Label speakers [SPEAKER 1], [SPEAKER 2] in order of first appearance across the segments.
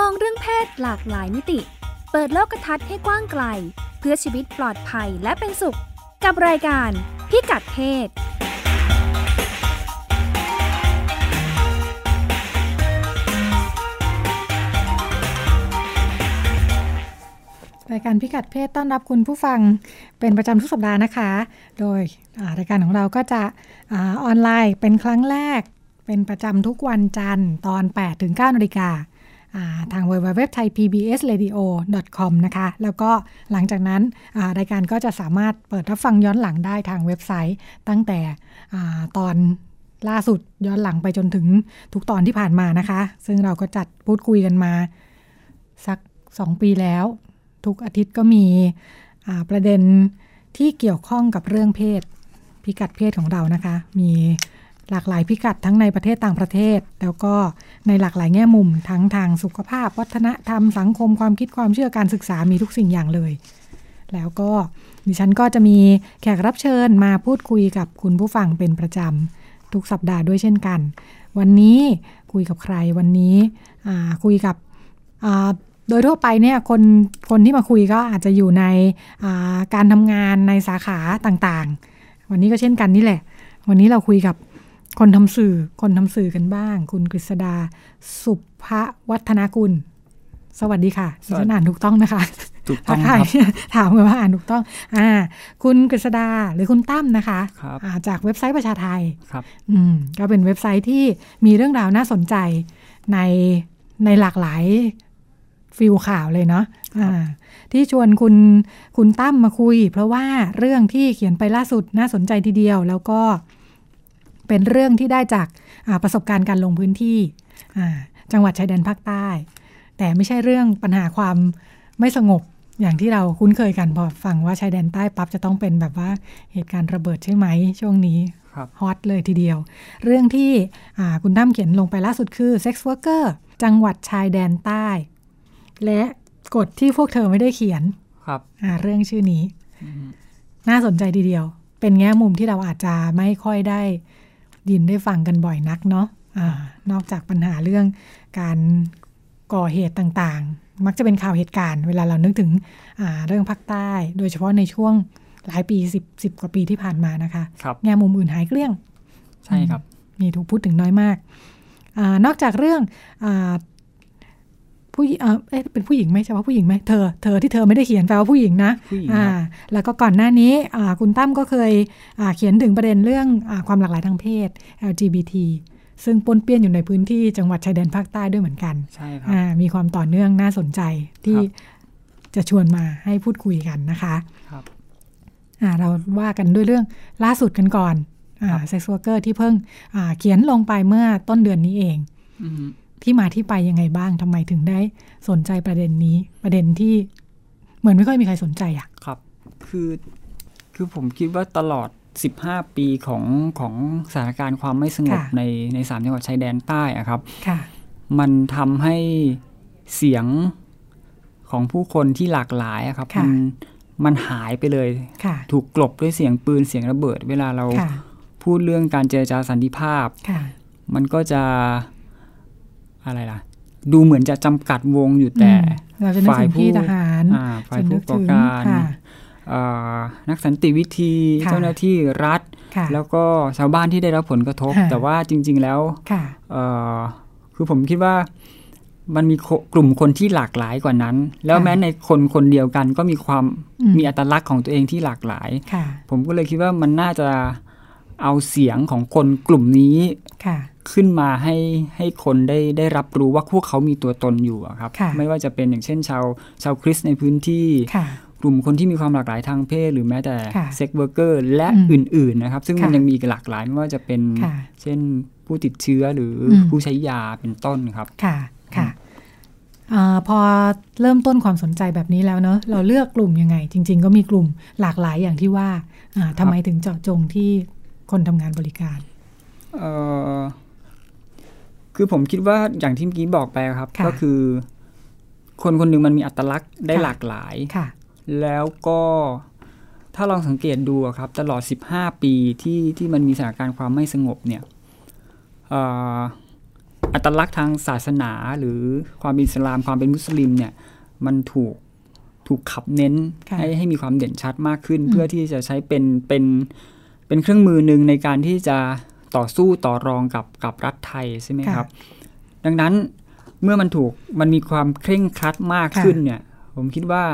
[SPEAKER 1] ศหลากหลายมิติ เปิดโลกทัศน์ให้กว้างไกล เพื่อชีวิตปลอดภัยและเป็นสุข กับรายการพิกัดเพศ
[SPEAKER 2] รายการพิกัดเพศต้อนรับคุณผู้ฟังเป็นประจำทุกสัปดาห์นะคะ โดยอ่ารายการของเราก็จะอาออนไลน์เป็นครั้งแรก เป็นประจำทุกวันจันทร์ตอน 8 ถึง 9นาฬิกาอ่าทาง w w w t h a i p b s r a d i o c o m นะคะ แล้วก็หลังจากนั้นอ่ารายการก็จะสามารถเปิดรับฟังย้อนหลังได้ทางเว็บไซต์ ตั้งแต่อาตอนล่าสุดย้อนหลังไปจนถึงทุกตอนที่ผ่านมานะคะ ซึ่งเราก็จัดพูดคุยกันมา สัก 2 ปีแล้ว ทุกอาทิตย์ก็มีอ่าประเด็นที่เกี่ยวข้องกับเรื่องเพศ พิกัดเพศของเรานะคะ มีหลากหลายพิกัดทั้งในประเทศต่างประเทศ แล้วก็ในหลากหลายแง่มุม ทั้งทางสุขภาพ วัฒนธรรมสังคมความคิดความเชื่อการศึกษามีทุกสิ่งอย่างเลย แล้วก็ดิฉันก็จะมีแขกรับเชิญมาพูดคุยกับคุณผู้ฟังเป็นประจำทุกสัปดาห์ด้วยเช่นกัน วันนี้คุยกับใครวันนี้อ่าคุยกับ อ่าโดยทั่วไปเนี่ยคนคนที่มาคุยก็อาจจะอยู่ในอ่าการทำงานในสาขาต่างๆ วันนี้ก็เช่นกันนี่แหละ วันนี้เราคุยกับคนทำสื่อคนทำสื่อกันบ้าง คุณกฤษดาสุภวัฒนากุล สวัสดีค่ะดิฉันอ่านถูกต้องนะคะ
[SPEAKER 3] ถูกต้อง
[SPEAKER 2] ถ้า
[SPEAKER 3] ครับ
[SPEAKER 2] ใถามกันว่าอ่านถูกต้องอ่าคุณกฤษดาหรือคุณตั้มนะคะ
[SPEAKER 3] ครับ
[SPEAKER 2] อ่าจากเว็บไซต์ประชาไทย
[SPEAKER 3] ครับ
[SPEAKER 2] อืมก็เป็นเว็บไซต์ที่มีเรื่องราวน่าสนใจในในหลากหลายฟิลข่าวเลยเนาะอ่าที่ชวนคุณคุณตั้มมาคุย เพราะว่าเรื่องที่เขียนไปล่าสุดน่าสนใจทีเดียว แล้วก็เป็นเรื่องที่ได้จากอ่าประสบการณ์การลงพื้นที่อ่าจังหวัดชายแดนภาคใต้ แต่ไม่ใช่เรื่องปัญหาความไม่สงบอย่างที่เราคุ้นเคยกันพอฟังว่าชายแดนใต้ปั๊บจะต้องเป็นแบบว่าเหตุการณ์ระเบิดใช่ไหมช่วงนี้
[SPEAKER 3] ครับ
[SPEAKER 2] ฮอตเลยทีเดียว เรื่องที่อ่าคุณตั้มเขียนลงไปล่าสุดคือ Sex Worker จังหวัดชายแดนใต้ และกฎที่พวกเธอไม่ได้เขียน
[SPEAKER 3] ครับ
[SPEAKER 2] อ่าเรื่องชื่อนี้
[SPEAKER 3] อืม
[SPEAKER 2] น่าสนใจทีเดียว เป็นแง่มุมที่เราอาจจะไม่ค่อยได้ยินได้ฟังกันบ่อยนักเนาะอ่านอกจากปัญหาเรื่องการก่อเหตุต่างๆ มักจะเป็นข่าวเหตุการณ์ เวลาเรานึกถึงอ่าเรื่องภาคใต้ โดยเฉพาะในช่วงหลายปี10 10กว่าปีที่ผ่านมานะคะ
[SPEAKER 3] ครับ
[SPEAKER 2] แง่มุมอื่นหายเกลี้ยง
[SPEAKER 3] ใช่ครับ
[SPEAKER 2] มีถูกพูดถึงน้อยมากอานอกจากเรื่องอาผู้หญิงเอ่อเอ๊ะเป็นผู้หญิงไหมใช่ว่าผู้หญิงไหมเธอ เธอที่เธอไม่ได้เขียนแปลว่าผู้หญิงนะ
[SPEAKER 3] ผู้หญิง
[SPEAKER 2] อ่า
[SPEAKER 3] ครับ
[SPEAKER 2] แล้วก็ก่อนหน้านี้อ่าคุณตั้มก็เคยอ่าเขียนถึงประเด็นเรื่องอาความหลากหลายทางเพศ LGBT ซึ่งปนเปี้ยนอยู่ในพื้นที่จังหวัดชายแดนภาคใต้ด้วยเหมือนกัน
[SPEAKER 3] ใช่ครับ
[SPEAKER 2] อ่ามีความต่อเนื่องน่าสนใจที่
[SPEAKER 3] ครับ
[SPEAKER 2] จะชวนมาให้พูดคุยกันนะคะ
[SPEAKER 3] ครับ
[SPEAKER 2] อ่าเราว่ากันด้วยเรื่องล่าสุดกันก่อนอ่า
[SPEAKER 3] ครับ
[SPEAKER 2] เซ็กซ์วอร์เกอร์ที่เพิ่งอ่าเขียนลงไปเมื่อต้นเดือนนี้เอง
[SPEAKER 3] อืม
[SPEAKER 2] ที่มาที่ไปยังไงบ้างทำไมถึงได้สนใจประเด็นนี้ ประเด็นที่เหมือนไม่ค่อยมีใครสนใจอ่ะ
[SPEAKER 3] ครับ คือ คือผมคิดว่าตลอด 15 ปีของของสถานการณ์ความไม่สงบ
[SPEAKER 2] ค่ะ
[SPEAKER 3] ในในสามจังหวัดชายแดนใต้อะครับ
[SPEAKER 2] ค่ะ
[SPEAKER 3] มันทำให้เสียงของผู้คนที่หลากหลายอะครับ
[SPEAKER 2] ค่ะ
[SPEAKER 3] มัมันหายไปเลย
[SPEAKER 2] ค่ะ
[SPEAKER 3] ถูกกลบด้วยเสียงปืนเสียงระเบิด เวลาเรา
[SPEAKER 2] ค่ะ
[SPEAKER 3] พูดเรื่องการเจรจาสันติภาพ
[SPEAKER 2] ค่ะ
[SPEAKER 3] มันก็จะอะไรล่ะ ดูเหมือนจะจำกัดวงอยู่แต่
[SPEAKER 2] อืมเราจะนึกถึงพี่ทหาร
[SPEAKER 3] อ่าฝ่าย
[SPEAKER 2] จะนึ
[SPEAKER 3] ผู้
[SPEAKER 2] ก
[SPEAKER 3] ก่อ
[SPEAKER 2] ถึง
[SPEAKER 3] การ
[SPEAKER 2] ค่ะ
[SPEAKER 3] เอ่อนักสันติวิธี
[SPEAKER 2] ค่ะ
[SPEAKER 3] เจ้าหน้าที่รัฐ
[SPEAKER 2] ค่ะ
[SPEAKER 3] แล้วก็ชาวบ้านที่ได้รับผลกระทบ
[SPEAKER 2] ค่ะ
[SPEAKER 3] แต่ว่าจริง ๆ แล้ว
[SPEAKER 2] ค่ะ
[SPEAKER 3] เอ่อคือผมคิดว่ามันมีโคกลุ่มคนที่หลากหลายกว่านั้น แล้ว
[SPEAKER 2] ค่ะ
[SPEAKER 3] แม้ในคนคนเดียวกันก็มีความ
[SPEAKER 2] อืม
[SPEAKER 3] มีอัตลักษณ์ของตัวเองที่หลากหลาย
[SPEAKER 2] ค่ะ
[SPEAKER 3] ผมก็เลยคิดว่ามันน่าจะเอาเสียงของคนกลุ่มนี้
[SPEAKER 2] ค่ะ
[SPEAKER 3] ขึ้นมาให้ให้คนได้ได้รับรู้ว่าพวกเขามีตัวตนอยู่อะครับ
[SPEAKER 2] ค่ะ
[SPEAKER 3] ไม่ว่าจะเป็นอย่างเช่นชาวชาวคริสต์ในพื้นที่
[SPEAKER 2] ค่ะ
[SPEAKER 3] กลุ่มคนที่มีความหลากหลายทางเพศ หรือแม้แต่
[SPEAKER 2] ค่ะ
[SPEAKER 3] เซ็กเวอร์เกอร์และ
[SPEAKER 2] อื
[SPEAKER 3] อ
[SPEAKER 2] มื่
[SPEAKER 3] นๆนะครับ ซึ่งมัน
[SPEAKER 2] ค่ะ
[SPEAKER 3] ยังมีอีกหลากหลายไม่ว่าจะเป็น
[SPEAKER 2] ค่ะ
[SPEAKER 3] เช่นผู้ติดเชื้อหรืออ
[SPEAKER 2] ม
[SPEAKER 3] ผู้ใช้ยาเป็นต้นครับ
[SPEAKER 2] ค่ะ ค่ะอาพอเริ่มต้นความสนใจแบบนี้แล้วเนอะเราเลือกกลุ่มยังไง จริง ๆ ก็มีกลุ่มหลากหลายอย่างที่ว่าอ่าทำไมถึงเจาะจงที่คนทำงานบริการ
[SPEAKER 3] เอ่อคือผมคิดว่าอย่างที่เมื่อกี้บอกไปครับ
[SPEAKER 2] ค่ะ
[SPEAKER 3] ก็คือ คนคนหนึ่งมันมีอัตลักษณ์ได้
[SPEAKER 2] ค่ะ
[SPEAKER 3] หลากหลาย
[SPEAKER 2] ค่ะ
[SPEAKER 3] แล้วก็ถ้าลองสังเกตดูอะครับ ตลอด 15 ปีที่ที่มันมีสถานการณ์ความไม่สงบเนี่ยเอ่อ อัตลักษณ์ทางศาสนาหรือความเป็นอิสลามความเป็นมุสลิมเนี่ยมันถูกถูกขับเน้น
[SPEAKER 2] ค่ะ
[SPEAKER 3] ให้ให้มีความเด่นชัดมากขึ้น
[SPEAKER 2] อืม
[SPEAKER 3] เพื่อที่จะใช้เป็นเป็นเป็นเครื่องมือหนึ่งในการที่จะต่อสู้ต่อรองกับกับรัฐไทยใช่ไหมครับ ดังนั้นเมื่อมันถูกมันมีความเคร่งครัดมาก
[SPEAKER 2] ค่ะ
[SPEAKER 3] ขึ้นเนี่ยผมคิดว่า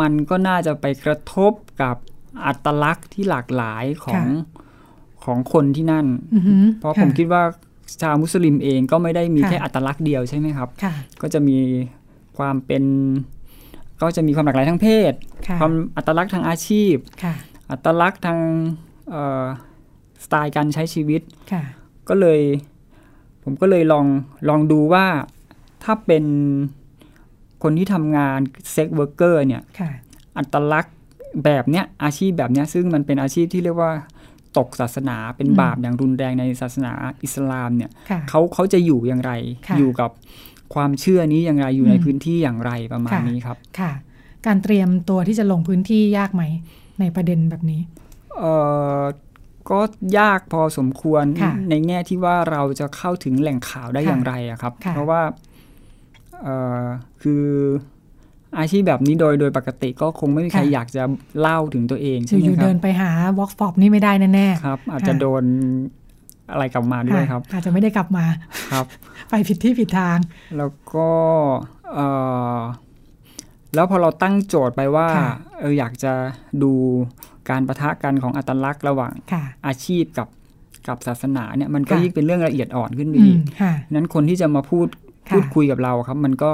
[SPEAKER 3] มันก็น่าจะไปกระทบกับอัตลักษณ์ที่หลากหลายของ
[SPEAKER 2] ค่ะ
[SPEAKER 3] ของคนที่นั่น
[SPEAKER 2] อือหือ
[SPEAKER 3] เพราะ
[SPEAKER 2] ค่
[SPEAKER 3] ผมคิดว่าชาวมุสลิมเองก็ไม่ได้มี
[SPEAKER 2] ค่ะ
[SPEAKER 3] แค่อัตลักษณ์เดียวใช่ไหมครับ
[SPEAKER 2] ค่ะ
[SPEAKER 3] ก็จะมีความเป็น ก็จะมีความหลากหลายทางเพศ
[SPEAKER 2] ค่ะ
[SPEAKER 3] ความอัตลักษณ์ทางอาชีพ
[SPEAKER 2] ค่ะ
[SPEAKER 3] อัตลักษณ์ทางเอ่อสไตล์การใช้ชีวิต
[SPEAKER 2] ค่ะ
[SPEAKER 3] ก็เลย ผมก็เลยลองลองดูว่าถ้าเป็นคนที่ทำงานเซ็กเวิร์กเกอร์เนี่ย
[SPEAKER 2] ค่ะ
[SPEAKER 3] อัตลักษณ์แบบเนี้ยอาชีพแบบเนี้ยซึ่งมันเป็นอาชีพที่เรียกว่าตกศาสนาเป็น
[SPEAKER 2] อืม
[SPEAKER 3] บาปอย่างรุนแรงในศาสนาอิสลามเนี่ย
[SPEAKER 2] ค่ะ
[SPEAKER 3] เขาเขาจะอยู่อย่างไร
[SPEAKER 2] ค่ะ
[SPEAKER 3] อยู่กับความเชื่อนี้อย่างไรอยู่
[SPEAKER 2] อืม
[SPEAKER 3] ในพื้นที่อย่างไรประมาณ
[SPEAKER 2] ค่ะ
[SPEAKER 3] นี้ครับ
[SPEAKER 2] ค่ะ การเตรียมตัวที่จะลงพื้นที่ยากไหม ในประเด็นแบบนี้
[SPEAKER 3] เอ่อก็ยากพอสมควร
[SPEAKER 2] ค่ะ
[SPEAKER 3] ในแง่ที่ว่าเราจะเข้าถึงแหล่งข่าวได้
[SPEAKER 2] ค่ะ
[SPEAKER 3] อย่างไรอะครับ
[SPEAKER 2] ค่ะ
[SPEAKER 3] เพราะว่าเอ่อคืออาชีพแบบนี้โดยโดยปกติก็คงไม่มีใครอยากจะเล่าถึงตัวเองใช่ไหม
[SPEAKER 2] อ
[SPEAKER 3] ค
[SPEAKER 2] ยู่ๆ
[SPEAKER 3] รับ
[SPEAKER 2] เดินไปหาวอล์กฟอบนี่ไม่ได้แน่
[SPEAKER 3] ครับอาจจะโดนอะไรกลับมา
[SPEAKER 2] ๆ
[SPEAKER 3] ด้วย
[SPEAKER 2] ะ
[SPEAKER 3] ครับ
[SPEAKER 2] อาจจะไม่ได้กลับมา
[SPEAKER 3] ครับ
[SPEAKER 2] ไปผิดที่ผิดทาง
[SPEAKER 3] แล้วก็เอ่อแล้วพอเราตั้งโจทย์ไปว่า
[SPEAKER 2] ค่ะ
[SPEAKER 3] เอออยากจะดูการประทะกันของอัตลักษณ์ระหว่าง
[SPEAKER 2] ค่ะ
[SPEAKER 3] อาชีพกับกับศาสนาเนี่ยมันก็
[SPEAKER 2] ค่ะ
[SPEAKER 3] ยิ่งเป็นเรื่องละเอียดอ่อนขึ้นไป
[SPEAKER 2] อื
[SPEAKER 3] อี
[SPEAKER 2] ม
[SPEAKER 3] ก
[SPEAKER 2] ค่ะ
[SPEAKER 3] นั้นคนที่จะมาพูด
[SPEAKER 2] ค่ะ
[SPEAKER 3] พูดคุยกับเราครับ มันก็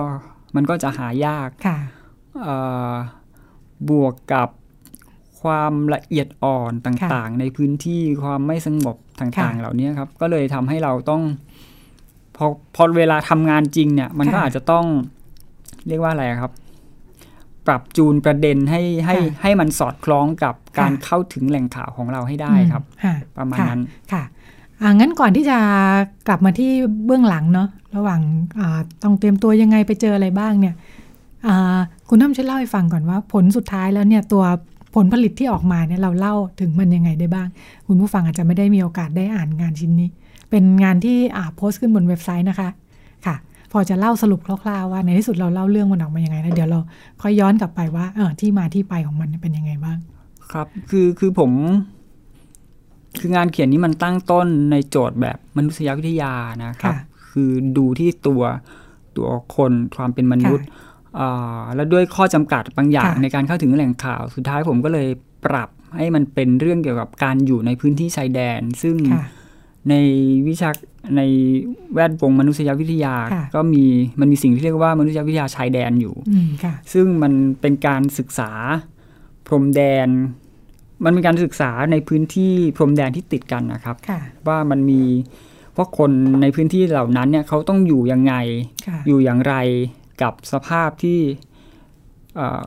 [SPEAKER 3] มันก็จะหายาก
[SPEAKER 2] ค่ะ
[SPEAKER 3] เอ่อบวกกับความละเอียดอ่อนต่างๆ ในพื้นที่ความไม่สงบต่างๆ
[SPEAKER 2] ค่ะ
[SPEAKER 3] เหล่านี้ครับ ก็เลยทำให้เราต้อง พอพอเวลาทำงานจริงเนี่ย มันก็
[SPEAKER 2] ค่ะ
[SPEAKER 3] อาจจะต้องเรียกว่าอะไรอะครับ ปรับจูนประเด็นให้ให้ให้มันสอดคล้องกับการเข้าถึงแหล่งข่าวของเราให้ได้
[SPEAKER 2] อืม
[SPEAKER 3] ครับ
[SPEAKER 2] ค่ะ
[SPEAKER 3] ประมาณ
[SPEAKER 2] ค่
[SPEAKER 3] นั้น
[SPEAKER 2] ค่ะอ่างั้นก่อนที่จะกลับมาที่เบื้องหลังเนาะระหว่างอ่าต้องเตรียมตัวยังไงไปเจออะไรบ้างเนี่ยอ่าคุณน้ำช่วยเล่าให้ฟังก่อนว่า ผลสุดท้ายแล้วเนี่ยตัวผลผลิตที่ออกมาเนี่ยเราเล่าถึงมันยังไงได้บ้าง คุณผู้ฟังอาจจะไม่ได้มีโอกาสได้อ่านงานชิ้นนี้ เป็นงานที่อ่าโพสต์ขึ้นบนเว็บไซต์นะคะค่ะ พอจะเล่าสรุปคร่าวๆว่าในที่สุดเราเล่าเรื่องมันออกมายังไงแล้วเดี๋ยวเราค่อยย้อนกลับไปว่าเออที่มาที่ไปของมันเนี่ยเป็นยังไงบ้าง
[SPEAKER 3] ครับ คือคือผม คืองานเขียนนี้มันตั้งต้นในโจทย์แบบมนุษยวิทยานะครับ
[SPEAKER 2] ค่ะ
[SPEAKER 3] คือดูที่ตัวตัวคนความเป็นมนุษย์อ่าแล้วด้วยข้อจำกัดบางอย่าง
[SPEAKER 2] ค่ะ
[SPEAKER 3] ในการเข้าถึงแหล่งข่าว สุดท้ายผมก็เลยปรับให้มันเป็นเรื่องเกี่ยวกับการอยู่ในพื้นที่ชายแดน ซึ่ง
[SPEAKER 2] ค่ะ
[SPEAKER 3] ในวิชาในแวดวงมนุษยวิทยา
[SPEAKER 2] ค่ะ
[SPEAKER 3] ก็มีมันมีสิ่งที่เรียกว่ามนุษยวิทยาชายแดนอยู่
[SPEAKER 2] อืมค่ะ
[SPEAKER 3] ซึ่งมันเป็นการศึกษาพรมแดน มันเป็นการศึกษาในพื้นที่พรมแดนที่ติดกันนะครับ
[SPEAKER 2] ค่ะ
[SPEAKER 3] ว่ามันมีพวกคนในพื้นที่เหล่านั้นเนี่ยเขาต้องอยู่ยังไง
[SPEAKER 2] ค่ะ
[SPEAKER 3] อยู่อย่างไรกับสภาพที่เอ่อ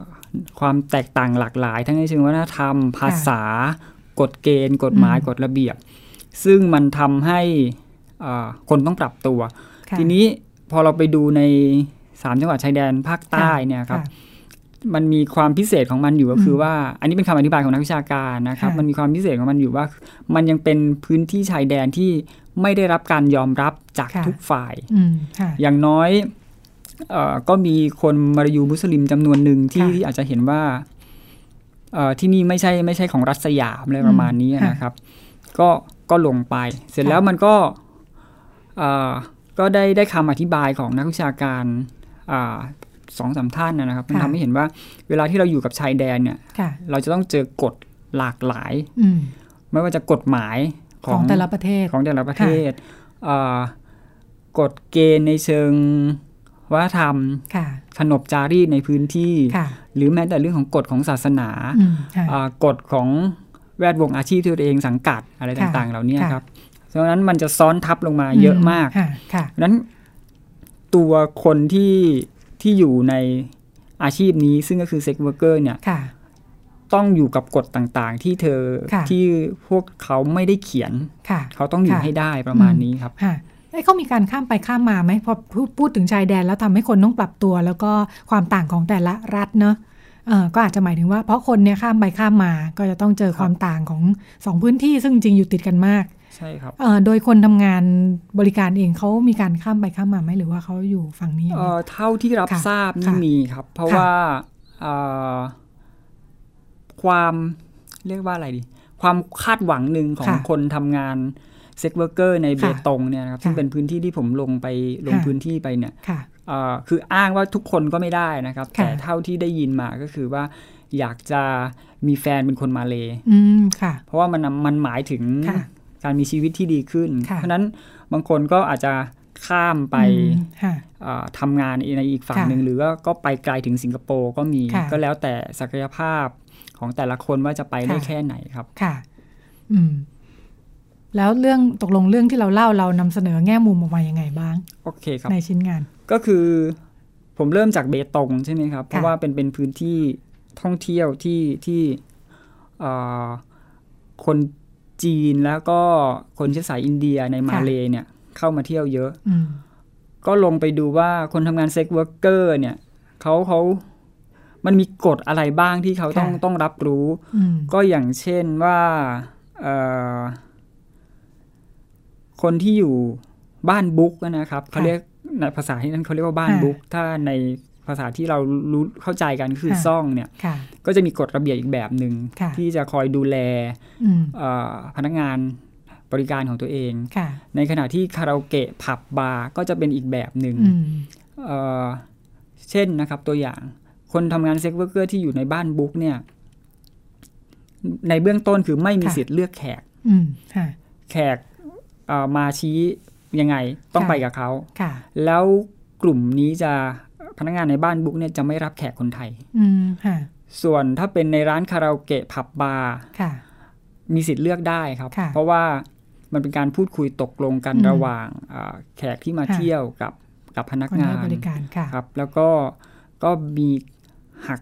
[SPEAKER 3] ความแตกต่างหลากหลาย ทั้งในเชิงวัฒนธรรม ภาษา กฎเกณฑ์ กฎหมาย
[SPEAKER 2] อืม
[SPEAKER 3] กฎระเบียบ ซึ่งมันทำให้เอ่อคนต้องปรับตัว
[SPEAKER 2] ค่ะ
[SPEAKER 3] ทีนี้พอเราไปดูในสามจังหวัดชายแดนภาคใต้เนี่ยครับ
[SPEAKER 2] ะ
[SPEAKER 3] มันมีความพิเศษของมันอยู่ก็คืออ
[SPEAKER 2] ม
[SPEAKER 3] ว่า อันนี้เป็นคำอธิบายของนักวิชาการนะครับ
[SPEAKER 2] ค่ะ
[SPEAKER 3] มันมีความพิเศษของมันอยู่ว่า มันยังเป็นพื้นที่ชายแดนที่ไม่ได้รับการยอมรับจาก
[SPEAKER 2] ค่ะ
[SPEAKER 3] ทุกฝ่าย
[SPEAKER 2] อืมค่ะ
[SPEAKER 3] อย่างน้อยเออก็มีคนมาลายูมุสลิมจำนวนหนึ่งที่
[SPEAKER 2] ค่ะ
[SPEAKER 3] อาจจะเห็นว่าเอ่อที่นี่ไม่ใช่ไม่ใช่ของรัฐสยามอะไรประมาณนี้
[SPEAKER 2] ค่ะ
[SPEAKER 3] นะครับ ก็ก็ลงไป เสร็จ
[SPEAKER 2] ค่ะ
[SPEAKER 3] แล้วมันก็เอ่อก็ได้ได้คำอธิบายของนักวิชาการอ่าสองสามท่านนะนะครับมันทำให้เห็นว่าเวลาที่เราอยู่กับชายแดนเนี่ย
[SPEAKER 2] ค่ะ
[SPEAKER 3] เราจะต้องเจอกฎหลากหลาย
[SPEAKER 2] อืม
[SPEAKER 3] ไม่ว่าจะกฎหมาย
[SPEAKER 2] ข
[SPEAKER 3] ข
[SPEAKER 2] อ
[SPEAKER 3] อง ง
[SPEAKER 2] แต่ละประเทศ
[SPEAKER 3] ของแต่ละประเทศเอ่อกฎเกณฑ์ในเชิงวัฒนธรรม
[SPEAKER 2] ค่ะ
[SPEAKER 3] ขนบจารีตในพื้นที่
[SPEAKER 2] ค่ะ
[SPEAKER 3] หรือแม้แต่เรื่องของกฎของศาสนา
[SPEAKER 2] อืมค่ะ
[SPEAKER 3] เอ่อกฎของแวดวงอาชีพที่ตัวเองสังกัดอะไร
[SPEAKER 2] ค่ะ
[SPEAKER 3] ต่างๆ เหล่านี้
[SPEAKER 2] ค่ะ
[SPEAKER 3] ครับดังนั้นมันจะซ้อนทับลงมาเยอะมาก
[SPEAKER 2] ค่ะ ค่ะ
[SPEAKER 3] ดังนั้นตัวคนที่ที่อยู่ในอาชีพนี้ซึ่งก็คือเซ็กเวอร์เกอร์เนี่ย
[SPEAKER 2] ค่ะ
[SPEAKER 3] ต้องอยู่กับกฎต่างๆ ที่เธอ
[SPEAKER 2] ค่ะ
[SPEAKER 3] ที่พวกเขาไม่ได้เขียน
[SPEAKER 2] ค่ะ
[SPEAKER 3] เขาต้องอยู่
[SPEAKER 2] ค่ะ
[SPEAKER 3] ให้ได้ประมาณนี้ครับ
[SPEAKER 2] ค่ะเอ้ยเขามีการข้ามไปข้ามมาไหมพอพูดพูดถึงชายแดนแล้วทำให้คนต้องปรับตัว แล้วก็ความต่างของแต่ละรัฐเนอะเออก็อาจจะหมายถึงว่าเพราะคนเนี่ยข้ามไปข้ามมา ก็จะต้องเจอความต่างของสองพื้นที่ซึ่งจริงๆอยู่ติดกันมาก
[SPEAKER 3] ใช่ครับ
[SPEAKER 2] เอ่อโดยคนทำงานบริการเองเขามีการข้ามไปข้ามมาไหมหรือว่าเขาอยู่ฝั่งนี้อย่าง
[SPEAKER 3] เอ่
[SPEAKER 2] เดียว
[SPEAKER 3] อเท่าที่รับ
[SPEAKER 2] ค่ะ
[SPEAKER 3] ทราบนี่
[SPEAKER 2] ค่ะ
[SPEAKER 3] มีครับ เพราะ
[SPEAKER 2] ค่ะ
[SPEAKER 3] ว่าเอ่อความเรียกว่าอะไรดี ความคาดหวังหนึ่งของ
[SPEAKER 2] ค่ะ
[SPEAKER 3] คนทำงานเซ็กเวอร์เกอร์ในเบ
[SPEAKER 2] ค่ะ
[SPEAKER 3] ตงเนี่ยนะครับซึ่ง
[SPEAKER 2] ค่ะ
[SPEAKER 3] เป็นพื้นที่ที่ผมลงไปลง
[SPEAKER 2] ค่ะ
[SPEAKER 3] พื้นที่ไปเนี่ย
[SPEAKER 2] ค่ะ
[SPEAKER 3] เอ่อคืออ้างว่าทุกคนก็ไม่ได้นะครับ
[SPEAKER 2] ค่ะ
[SPEAKER 3] แต่เท่าที่ได้ยินมาก็คือว่าอยากจะมีแฟนเป็นคนมาเล
[SPEAKER 2] อืมค่ะ
[SPEAKER 3] เพราะว่ามันมันหมายถึง
[SPEAKER 2] ค่ะ
[SPEAKER 3] การมีชีวิตที่ดีขึ้น เพ
[SPEAKER 2] ค่ะ
[SPEAKER 3] ราะฉะนั้นบางคนก็อาจจะข้ามไป
[SPEAKER 2] อืมค่ะ
[SPEAKER 3] เอ่อทำงานในอีกฝั่ง
[SPEAKER 2] ค่ะ
[SPEAKER 3] หนึ่งหรือว่าก็ไปไกลถึงสิงคโปร์ก็มี
[SPEAKER 2] ค่ะ
[SPEAKER 3] ก็แล้วแต่ศักยภาพของแต่ละคนว่าจะไปได้
[SPEAKER 2] ค่ะ
[SPEAKER 3] แค่ไหนครับ
[SPEAKER 2] ค่ะ อืม แล้วเรื่องตกลงเรื่องที่เราเล่าเรานำเสนอแง่มุมออกมายังไงบ้าง
[SPEAKER 3] โอเคครับ
[SPEAKER 2] ในชิ้นงาน
[SPEAKER 3] ก็คือผมเริ่มจากเบตงใช่ไหมครับ เพราะ
[SPEAKER 2] ค่ะ
[SPEAKER 3] ว่าเป็นเป็นพื้นที่ท่องเที่ยวที่ที่เอ่อคนจีนแล้วก็คนเชื้อสายอินเดียในมาเลเนี่ยเข้ามาเที่ยวเยอะ
[SPEAKER 2] อืม
[SPEAKER 3] ก็ลงไปดูว่าคนทำงานเซ็กเวิร์กเกอร์เนี่ยเขาเขามันมีกฎอะไรบ้างที่เขาต้อง
[SPEAKER 2] ค่ะ
[SPEAKER 3] ต้องรับรู้
[SPEAKER 2] อืม
[SPEAKER 3] ก็อย่างเช่นว่าเอ่อคนที่อยู่บ้านบุ๊กนะครับเขาเรียกในภาษาที่นั่นเขาเรียกว่าบ้าน
[SPEAKER 2] ค่ะ
[SPEAKER 3] บุ๊กถ้าในภาษาที่เรารู้เข้าใจกันก็คือ
[SPEAKER 2] ค่ะ
[SPEAKER 3] ซ่องเนี่ย
[SPEAKER 2] ค่ะ
[SPEAKER 3] ก็จะมีกฎระเบียบอีกแบบหนึ่ง
[SPEAKER 2] ค่ะ
[SPEAKER 3] ที่จะคอยดูแล
[SPEAKER 2] อืม
[SPEAKER 3] เอ่อพนักงานบริการของตัวเอง
[SPEAKER 2] ค่ะ
[SPEAKER 3] ในขณะที่คาราโอเกะผับบาร์ก็จะเป็นอีกแบบหนึ่ง
[SPEAKER 2] อืม
[SPEAKER 3] เอ่อเช่นนะครับตัวอย่างคนทำงานเซ็กเวอร์เกอร์ที่อยู่ในบ้านบุ๊กเนี่ย ในเบื้องต้นคือไม่มี
[SPEAKER 2] ค่ะ
[SPEAKER 3] สิทธิ์เลือกแขก
[SPEAKER 2] อืม ค่ะ
[SPEAKER 3] แขกเอ่อมาชี้ยังไงต้อง
[SPEAKER 2] ค่ะ
[SPEAKER 3] ไปกับเขา
[SPEAKER 2] ค่ะ
[SPEAKER 3] แล้วกลุ่มนี้จะพนักงานในบ้านบุ๊กเนี่ยจะไม่รับแขกคนไทย
[SPEAKER 2] อืม ค่ะ
[SPEAKER 3] ส่วนถ้าเป็นในร้านคาราโอเกะผับบาร์
[SPEAKER 2] ค่ะ
[SPEAKER 3] มีสิทธิ์เลือกได้ครับ
[SPEAKER 2] ค่ะ
[SPEAKER 3] เพราะว่ามันเป็นการพูดคุยตกลงกัน
[SPEAKER 2] อืม
[SPEAKER 3] ระหว่างเอ่อแขกที่มา
[SPEAKER 2] ค่ะ
[SPEAKER 3] เที่ยวกับกับพนัก
[SPEAKER 2] คน
[SPEAKER 3] งา
[SPEAKER 2] ให้
[SPEAKER 3] น
[SPEAKER 2] บริการค่ะ
[SPEAKER 3] ครับแล้วก็ก็มีหัก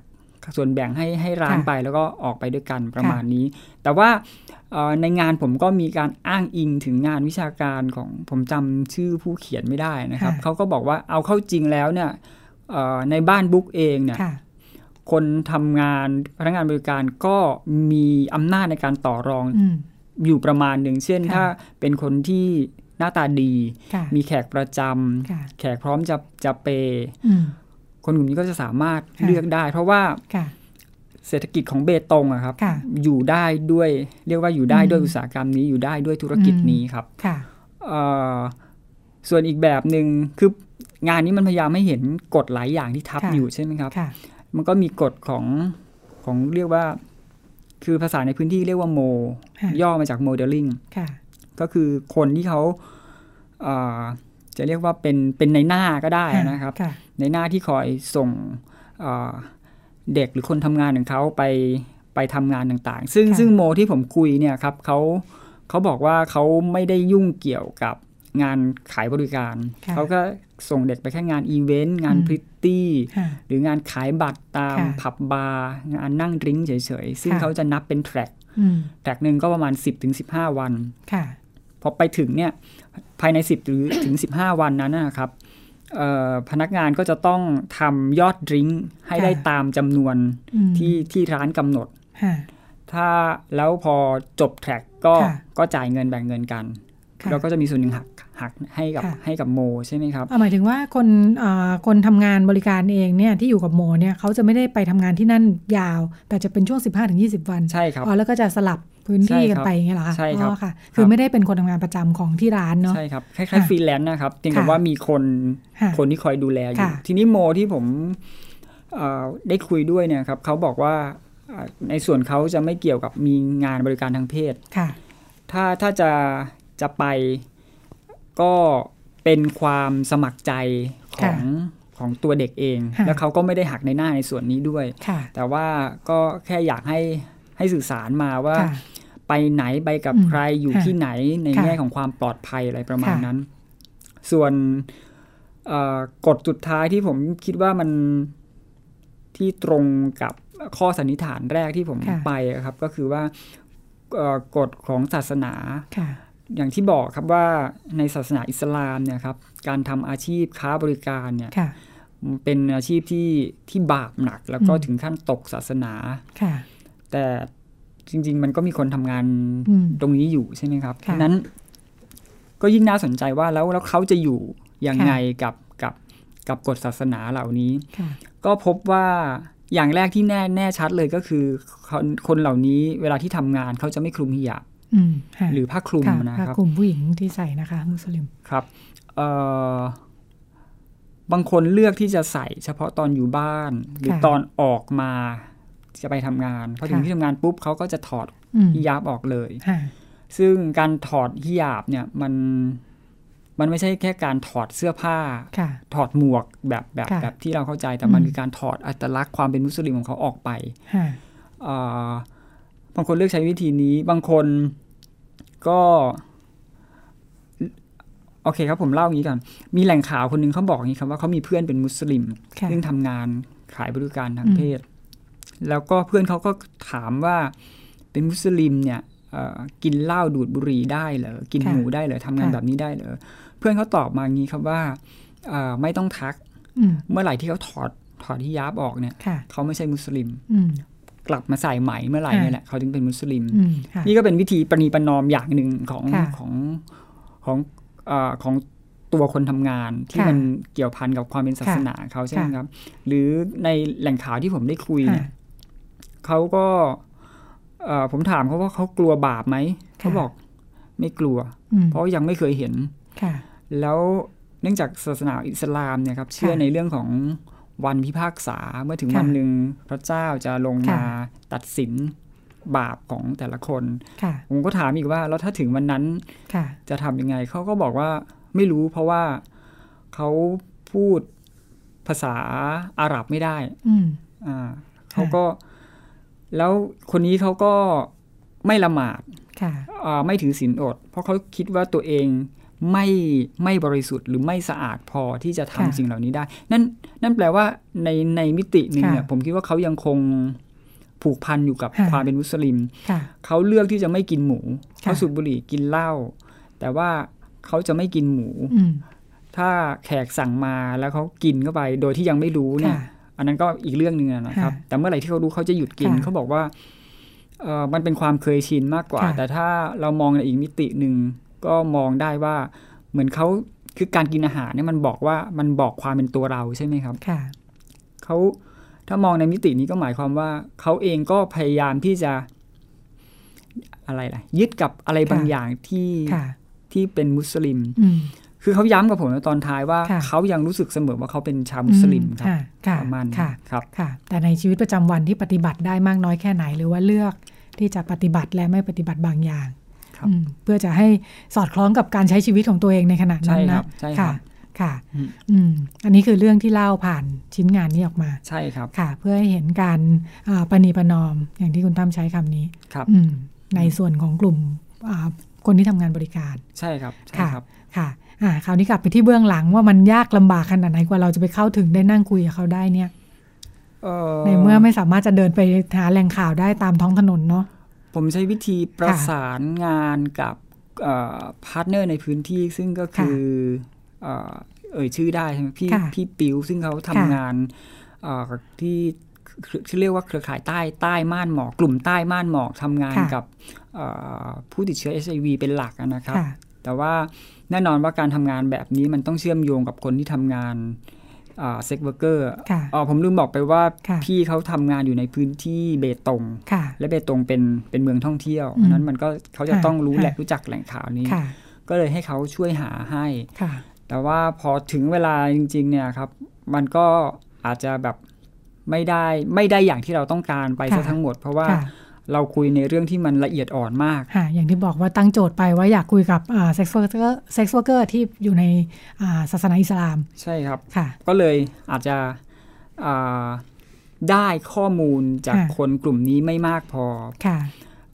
[SPEAKER 3] ส่วนแบ่งให้ให้ร้าน
[SPEAKER 2] ค่ะ
[SPEAKER 3] ไปแล้วก็ออกไปด้วยกันประมาณนี้ แต่ว่าเอ่อในงานผมก็มีการอ้างอิงถึงงานวิชาการของผมจำชื่อผู้เขียนไม่ได้นะครับ
[SPEAKER 2] ค่ะ
[SPEAKER 3] เขาก็บอกว่าเอาเข้าจริงแล้วเนี่ยเอ่อในบ้านบุ๊กเองเนี่ย
[SPEAKER 2] ค่ะ
[SPEAKER 3] คนทำงานพนักงานบริการก็มีอำนาจในการต่อรอง
[SPEAKER 2] อืม
[SPEAKER 3] อยู่ประมาณหนึ่งเช่น
[SPEAKER 2] ค่ะ
[SPEAKER 3] ถ้าเป็นคนที่หน้าตาดี
[SPEAKER 2] ค่ะ
[SPEAKER 3] มีแขกประจำ
[SPEAKER 2] ค่ะ
[SPEAKER 3] แขกพร้อมจะจะเปย์
[SPEAKER 2] อืม
[SPEAKER 3] คนกลุ่มนี้ก็จะสามารถ
[SPEAKER 2] ค่ะ
[SPEAKER 3] เลือกได้ เพราะว่า
[SPEAKER 2] ค่ะ
[SPEAKER 3] เศรษฐกิจของเบตงอะครับ
[SPEAKER 2] ค่ะ
[SPEAKER 3] อยู่ได้ด้วยเรียกว่าอยู่ได้ด้วย
[SPEAKER 2] อืม
[SPEAKER 3] อุตสาหกรรมนี้อยู่ได้ด้วยธุรกิจ
[SPEAKER 2] อืม
[SPEAKER 3] นี้ครับ
[SPEAKER 2] ค่ะ
[SPEAKER 3] เอ่อส่วนอีกแบบหนึ่งคืองานนี้มันพยายามให้เห็นกฎหลายอย่างที่ทับ
[SPEAKER 2] ค่ะ
[SPEAKER 3] อยู่ใช่ไหมครับ
[SPEAKER 2] ค่ะ
[SPEAKER 3] มันก็มีกฎของของเรียกว่า คือภาษาในพื้นที่เรียกว่าโม
[SPEAKER 2] ค่ะ
[SPEAKER 3] ย่อมาจากโมเดลลิ่ง
[SPEAKER 2] ค่ะ
[SPEAKER 3] ก็คือคนที่เขาเอ่อจะเรียกว่าเป็นเป็นในหน้าก็ได้นะครับ
[SPEAKER 2] ค่ะ
[SPEAKER 3] ในหน้าที่คอยส่งเอ่อเด็กหรือคนทำงานของเขาไปไปทำงานต่างๆ ซึ่ง
[SPEAKER 2] ค่ะ
[SPEAKER 3] ซึ่งโมที่ผมคุยเนี่ยครับเขาเขาบอกว่าเขาไม่ได้ยุ่งเกี่ยวกับงานขายบริการ
[SPEAKER 2] ค่ะ
[SPEAKER 3] เขาก็ส่งเด็กไปแค่งานอีเวนต์งาน
[SPEAKER 2] อืม
[SPEAKER 3] พริตตี้
[SPEAKER 2] ค่ะ
[SPEAKER 3] หรืองานขายบัตรตาม
[SPEAKER 2] ค่ะ
[SPEAKER 3] ผับบาร์งานนั่งดริ้งก์เฉยๆ ซึ่ง
[SPEAKER 2] ค่ะ
[SPEAKER 3] เขาจะนับเป็นแทร็ก
[SPEAKER 2] อืม
[SPEAKER 3] แทร็กหนึ่งก็ประมาณ 10-15 วัน
[SPEAKER 2] ค่ะ
[SPEAKER 3] พอไปถึงเนี่ยภายใน 10 หรือ ถึง 15 วันนั้นนะครับเอ่อพนักงานก็จะต้องทำยอดดริงก์ให้ได้
[SPEAKER 2] ค่ะ
[SPEAKER 3] ตามจำนวน
[SPEAKER 2] อืม
[SPEAKER 3] ที่ที่ร้านกำหนด
[SPEAKER 2] ค่ะ
[SPEAKER 3] ถ้าแล้วพอจบแทร็กก็
[SPEAKER 2] ค่ะ
[SPEAKER 3] ก็จ่ายเงินแบ่งเงินกัน
[SPEAKER 2] ค่ะ
[SPEAKER 3] แล้วก็จะมีส่วนหนึ่งหักหักให้กับ
[SPEAKER 2] ค่ะ
[SPEAKER 3] ให้กับโมใช่ไหมครับ
[SPEAKER 2] อ่าหมายถึงว่าคนเอ่อคนทำงานบริการเองเนี่ยที่อยู่กับโมเนี่ยเขาจะไม่ได้ไปทำงานที่นั่นยาว แต่จะเป็นช่วง 15-20 วัน
[SPEAKER 3] ใช่ครับ
[SPEAKER 2] อ๋อแล้วก็จะสลับพื้นที่
[SPEAKER 3] ใช่
[SPEAKER 2] กั
[SPEAKER 3] คน รับ
[SPEAKER 2] ไปอย่างเงี้ยเหรอคะ
[SPEAKER 3] ใช่ครับ
[SPEAKER 2] อ๋อค่ะ คือ
[SPEAKER 3] ครับ
[SPEAKER 2] ไม่ได้เป็นคนทำงานประจำของที่ร้านเนาะ
[SPEAKER 3] ใช่ครับคล้าย
[SPEAKER 2] ค่ะ
[SPEAKER 3] ๆฟรีแลนซ์นะครับเพียงแต่
[SPEAKER 2] ค่ะ
[SPEAKER 3] ว่ามีคน
[SPEAKER 2] ค่ะ
[SPEAKER 3] คนที่คอยดูแลอยู่
[SPEAKER 2] ค่ะ
[SPEAKER 3] ทีนี้โมที่ผมเอ่อได้คุยด้วยเนี่ยครับเขาบอกว่าเอ่อในส่วนเขาจะไม่เกี่ยวกับมีงานบริการทางเพศ
[SPEAKER 2] ค่ะ
[SPEAKER 3] ถ้าถ้าจะจะไปก็เป็นความสมัครใจของของตัวเด็กเอง
[SPEAKER 2] ค่ะ
[SPEAKER 3] แล้วเขาก็ไม่ได้หักในหน้าในส่วนนี้ด้วย
[SPEAKER 2] ค่ะ
[SPEAKER 3] แต่ว่าก็แค่อยากให้ให้สื่อสารมาว่า
[SPEAKER 2] ค่ะ
[SPEAKER 3] ไปไหนไปกับ
[SPEAKER 2] อืม
[SPEAKER 3] ใครอยู่
[SPEAKER 2] ค่ะ
[SPEAKER 3] ที่ไหนใน
[SPEAKER 2] ค่ะ
[SPEAKER 3] แง่ของความปลอดภัยอะไรประมาณ
[SPEAKER 2] ค่ะ
[SPEAKER 3] นั้น ส่วนเอ่อกฎสุดท้ายที่ผมคิดว่ามันที่ตรงกับข้อสันนิษฐานแรกที่ผม
[SPEAKER 2] ค่ะ
[SPEAKER 3] ไปอะครับ ก็คือว่าเอ่อกฎของศาสนา
[SPEAKER 2] ค่ะ
[SPEAKER 3] อย่างที่บอกครับว่าในศาสนาอิสลามเนี่ยครับ การทำอาชีพค้าบริการเนี่ย
[SPEAKER 2] ค่ะ
[SPEAKER 3] มันเป็นอาชีพที่ที่บาปหนัก แล้วก็
[SPEAKER 2] อืม
[SPEAKER 3] ถึงขั้นตกศาสนา
[SPEAKER 2] ค่ะ
[SPEAKER 3] แต่ จริง ๆ มันก็มีคนทำงาน
[SPEAKER 2] อืม
[SPEAKER 3] ตรงนี้อยู่ใช่ไหมครับ
[SPEAKER 2] ค่ะ
[SPEAKER 3] ฉนั้นก็ยิ่งน่าสนใจว่าแล้วแล้วเขาจะอยู่ยัง
[SPEAKER 2] ค่ะ
[SPEAKER 3] ไงกับกับกับกฎศาสนาเหล่านี้
[SPEAKER 2] ค่ะ
[SPEAKER 3] ก็พบว่าอย่างแรกที่แน่แน่ชัดเลยก็คือคนคนเหล่านี้เวลาที่ทำงานเขาจะไม่คลุมหิยาบ
[SPEAKER 2] อืมค่ะ
[SPEAKER 3] หรือผ้าคลุม
[SPEAKER 2] ค่ะ
[SPEAKER 3] นะ
[SPEAKER 2] ผ้า
[SPEAKER 3] ครับ
[SPEAKER 2] คลุมผู้หญิงที่ใส่นะคะ มุสลิม
[SPEAKER 3] ครับเอ่อบางคนเลือกที่จะใส่เฉพาะตอนอยู่บ้าน หรือ
[SPEAKER 2] ค่ะ
[SPEAKER 3] ตอนออกมาจะไปทำงานพอถึง
[SPEAKER 2] ค่ะ
[SPEAKER 3] ที่ทำงานปุ๊บเขาก็จะถอด
[SPEAKER 2] อืม
[SPEAKER 3] ฮิญาบออกเลย
[SPEAKER 2] ค่ะ
[SPEAKER 3] ซึ่งการถอดฮิญาบเนี่ยมันมันไม่ใช่แค่การถอดเสื้อผ้า
[SPEAKER 2] ค่ะ
[SPEAKER 3] ถอดหมวกแบบแบบ
[SPEAKER 2] ค่ะ
[SPEAKER 3] แบบที่เราเข้าใจแต่มัน
[SPEAKER 2] อืม
[SPEAKER 3] คือการถอดอัตลักษณ์ความเป็นมุสลิมของเขาออกไป
[SPEAKER 2] ค่ะ
[SPEAKER 3] เอ่อบางคนเลือกใช้วิธีนี้ บางคนก็โอเคครับผมเล่าอย่างนี้ก่อนมีแหล่งข่าวคนหนึงเขาบอกอย่างนี้ครับว่าเขามีเพื่อนเป็นมุสลิม
[SPEAKER 2] ค่ะ
[SPEAKER 3] ซึ่งทำงานขายบริการทาง
[SPEAKER 2] อืม
[SPEAKER 3] เพศ แล้วก็เพื่อนเขาก็ถามว่าเป็นมุสลิมเนี่ยเอ่อกินเหล้าดูดบุหรี่ได้เหรอกิน
[SPEAKER 2] ค่ะ
[SPEAKER 3] หมูได้เหรอทำงาน
[SPEAKER 2] ค่ะ
[SPEAKER 3] แบบนี้ได้เหรอเพื่อนเขาตอบมาอย่างนี้ครับว่าเอ่อไม่ต้องทัก
[SPEAKER 2] อืม
[SPEAKER 3] เมื่อไหร่ที่เขาถอดถอดที่ยาบออกเนี่ย
[SPEAKER 2] ค่ะ
[SPEAKER 3] เขาไม่ใช่มุสลิม
[SPEAKER 2] อืม
[SPEAKER 3] กลับมาใส่ไหมเมื่อไหร่
[SPEAKER 2] ค่ะ
[SPEAKER 3] เนี่ยแหละเขาถึงเป็นมุสลิม
[SPEAKER 2] อืมค่ะ
[SPEAKER 3] นี่ก็เป็นวิธีประนีประนอมอย่างหนึ่งของ
[SPEAKER 2] ค่ะ
[SPEAKER 3] ของของเออของตัวคนทำงานที่
[SPEAKER 2] ค่ะ
[SPEAKER 3] มันเกี่ยวพันกับความเป็นศาสนาเขาใช่ไหม
[SPEAKER 2] ค่ะ
[SPEAKER 3] ครับ หรือในแหล่งข่าวที่ผมได้คุย
[SPEAKER 2] ค่ะ
[SPEAKER 3] เนี่ยเขาก็เอ่อผมถามเขาว่าเขากลัวบาปไหมเขา
[SPEAKER 2] ค่ะ
[SPEAKER 3] บอกไม่กลัว
[SPEAKER 2] อืม
[SPEAKER 3] เพราะยังไม่เคยเห็น
[SPEAKER 2] ค่ะ
[SPEAKER 3] แล้วเนื่องจากศาสนาอิสลามเนี่ยครับเชื่อในเรื่องของวันพิพากษาเมื่อถึง
[SPEAKER 2] ค่ะ
[SPEAKER 3] วันหนึ่งพระเจ้าจะลง
[SPEAKER 2] ค่ะ
[SPEAKER 3] มาตัดสินบาปของแต่ละคน
[SPEAKER 2] ค่ะ
[SPEAKER 3] ผมก็ถามอีกว่าแล้วถ้าถึงวันนั้น
[SPEAKER 2] ค่ะ
[SPEAKER 3] จะทำยังไงเขาก็บอกว่าไม่รู้เพราะว่าเขาพูดภาษาอาหรับไม่ได้
[SPEAKER 2] อืม
[SPEAKER 3] อ่าเขาก็แล้วคนนี้เขาก็ไม่ละหมาด
[SPEAKER 2] ค่ะ
[SPEAKER 3] อ่าไม่ถือศีลอด เพราะเขาคิดว่าตัวเองไม่ไม่บริสุทธิ์หรือไม่สะอาดพอที่จะทำ
[SPEAKER 2] ค่ะ
[SPEAKER 3] สิ่งเหล่านี้ได้ นั่นนั่นแปลว่าในในมิติหนึ่งเนี่ย
[SPEAKER 2] ค่ะ
[SPEAKER 3] ผมคิดว่าเขายังคงผูกพันอยู่กับ
[SPEAKER 2] ค่ะ
[SPEAKER 3] ความเป็นมุสลิม
[SPEAKER 2] ค่ะ
[SPEAKER 3] เขาเลือกที่จะไม่กินหมู
[SPEAKER 2] ค่ะ
[SPEAKER 3] เขาสูบบุหรี่กินเหล้า แต่ว่าเขาจะไม่กินหมู
[SPEAKER 2] อืม
[SPEAKER 3] ถ้าแขกสั่งมาแล้วเขากินเข้าไป โดยที่ยังไม่รู้เนี่ย
[SPEAKER 2] ค่ะ
[SPEAKER 3] อันนั้นก็อีกเรื่องหนึ่งอะนะครับ
[SPEAKER 2] ค่ะ
[SPEAKER 3] แต่เมื่อไหร่ที่เขารู้เขาจะหยุดกิน
[SPEAKER 2] ค่ะ
[SPEAKER 3] เขาบอกว่าเอ่อมันเป็นความเคยชินมากกว่า
[SPEAKER 2] ค่ะ
[SPEAKER 3] แต่ถ้าเรามองในอีกมิติหนึ่งก็มองได้ว่า เหมือนเขาคือการกินอาหารเนี่ยมันบอกว่ามันบอกความเป็นตัวเราใช่ไหมครับ
[SPEAKER 2] ค่ะ
[SPEAKER 3] เขาถ้ามองในมิตินี้ก็หมายความว่า เขาเองก็พยายามที่จะอะไรล่ะ ยึดกับอะไรบาง
[SPEAKER 2] ค่ะ
[SPEAKER 3] อย่างที่
[SPEAKER 2] ค่ะ
[SPEAKER 3] ที่เป็นมุสลิม
[SPEAKER 2] อืม
[SPEAKER 3] คือเขาย้ำกับผมในตอนท้ายว่า
[SPEAKER 2] ค่ะ
[SPEAKER 3] เขายังรู้สึกเสมอว่าเขาเป็นชาวมุสลิมครับ
[SPEAKER 2] ค่ะ ค่ะ
[SPEAKER 3] ประมาณนั้น
[SPEAKER 2] ค่ะ
[SPEAKER 3] ครับ
[SPEAKER 2] ค่ะ แต่ในชีวิตประจำวันที่ปฏิบัติได้มากน้อยแค่ไหน หรือว่าเลือกที่จะปฏิบัติและไม่ปฏิบัติบางอย่าง
[SPEAKER 3] ครับ
[SPEAKER 2] อืมเพื่อจะให้สอดคล้องกับการใช้ชีวิตของตัวเองในขณะนั้น
[SPEAKER 3] ใช่ครั
[SPEAKER 2] นะ
[SPEAKER 3] บใช่ครับ
[SPEAKER 2] ค่ะ
[SPEAKER 3] อืม
[SPEAKER 2] อืม อันนี้คือเรื่องที่เล่าผ่านชิ้นงานนี้ออกมา
[SPEAKER 3] ใช่ครับ
[SPEAKER 2] ค่ะ เพื่อให้เห็นการอ่าประนีประนอมอย่างที่คุณตั้มใช้คำนี้
[SPEAKER 3] ครับ
[SPEAKER 2] อืมในส่วนของกลุ่มอ่าคนที่ทำงานบริการ
[SPEAKER 3] ใช่ครับใช่
[SPEAKER 2] ค่ะ
[SPEAKER 3] ครับ
[SPEAKER 2] ค่ะ อ่า คราวนี้กลับไปที่เบื้องหลังว่ามันยากลำบากขนาดไหนกว่าเราจะไปเข้าถึงได้นั่งคุยกับเขาได้เนี่ย
[SPEAKER 3] เอ่อ
[SPEAKER 2] ในเมื่อไม่สามารถจะเดินไปหาแหล่งข่าวได้ตามท้องถนนเนาะ
[SPEAKER 3] ผมใช้วิธีประ
[SPEAKER 2] ค่ะ
[SPEAKER 3] สานงานกับพาร์ทเนอร์ในพื้นที่ ซึ่งก็คือเอ่อเอ่ยชื่อได้ใช่ไหมพี่
[SPEAKER 2] ค่ะ
[SPEAKER 3] พี่ปิวซึ่งเขา
[SPEAKER 2] ค่ะ
[SPEAKER 3] ทำงานเอ่อที่ที่เรียกว่าเครือข่ายใต้ใต้ม่านหมอกกลุ่มใต้ม่านหมอกทำงานกับเอ่อผู้ติดเชื้อ HIV เป็นหลักอะนะครับ
[SPEAKER 2] ค่ะ
[SPEAKER 3] แต่ว่าแน่นอนว่าการทำงานแบบนี้มันต้องเชื่อมโยงกับคนที่ทำงานเซ็กเวอร์เกอร์
[SPEAKER 2] ค่ะ
[SPEAKER 3] ผมลืมบอกไปว่า
[SPEAKER 2] ค่ะ
[SPEAKER 3] พี่เขาทำงานอยู่ในพื้นที่เบตง
[SPEAKER 2] ค่ะ
[SPEAKER 3] และเบตงเป็นเป็นเมืองท่องเที่ยว
[SPEAKER 2] อืม
[SPEAKER 3] อันนั้นมันก็เขาจะ
[SPEAKER 2] ค่ะ
[SPEAKER 3] ต้องรู้
[SPEAKER 2] ค่ะ
[SPEAKER 3] แหละรู้จักแหล่งข่าวนี้
[SPEAKER 2] ค่ะ
[SPEAKER 3] ก็เลยให้เขาช่วยหาให้
[SPEAKER 2] ค่ะ
[SPEAKER 3] แต่ว่าพอถึงเวลาจริง ๆ เนี่ยครับ มันก็อาจจะแบบไม่ได้ไม่ได้อย่างที่เราต้องการไป
[SPEAKER 2] ค่ะ
[SPEAKER 3] ซะทั้งหมด เพราะว่า
[SPEAKER 2] ค่ะ
[SPEAKER 3] เราคุยในเรื่องที่มันละเอียดอ่อนมาก
[SPEAKER 2] ค่ะ อย่างที่บอกว่าตั้งโจทย์ไปว่าอยากคุยกับเซ็กซ์เวิร์กเกอร์เซ็กซ์เวิร์กเกอร์ที่อยู่ในอ่าศาสนาอิสลาม
[SPEAKER 3] ใช่ครับ
[SPEAKER 2] ค่ะ
[SPEAKER 3] ก็เลยอาจจะอ่าได้ข้อมูลจาก
[SPEAKER 2] ค่ะ
[SPEAKER 3] คนกลุ่มนี้ไม่มากพอ
[SPEAKER 2] ค่ะ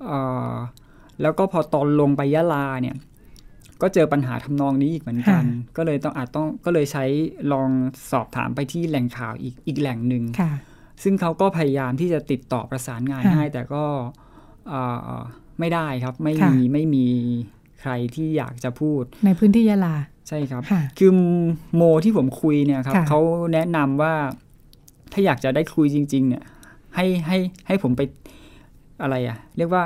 [SPEAKER 3] เอ่อแล้วก็พอตอนลงไปยะลาเนี่ย ก็เจอปัญหาทำนองนี้อีกเหมือนกัน ก็เลยต้องอาจต้องก็เลยใช้ลองสอบถามไปที่แหล่งข่าวอีกอีกแหล่งหนึ่ง
[SPEAKER 2] ค่ะ
[SPEAKER 3] ซึ่งเขาก็พยายามที่จะติดต่อประสานงาน
[SPEAKER 2] ค่ะ
[SPEAKER 3] ให้แต่ก็เอ่อไม่ได้ครับ ไม่
[SPEAKER 2] ค่ะ
[SPEAKER 3] มีไม่มีใครที่อยากจะพูด
[SPEAKER 2] ในพื้นที่ยะลา
[SPEAKER 3] ใช่ครับ
[SPEAKER 2] ค่ะ
[SPEAKER 3] คือโมที่ผมคุยเนี่ยครับ
[SPEAKER 2] ค่ะ
[SPEAKER 3] เขาแนะนำว่าถ้าอยากจะได้คุยจริง ๆ เนี่ย ให้ให้ให้ผมไป อะไรอ่ะ เรียกว่า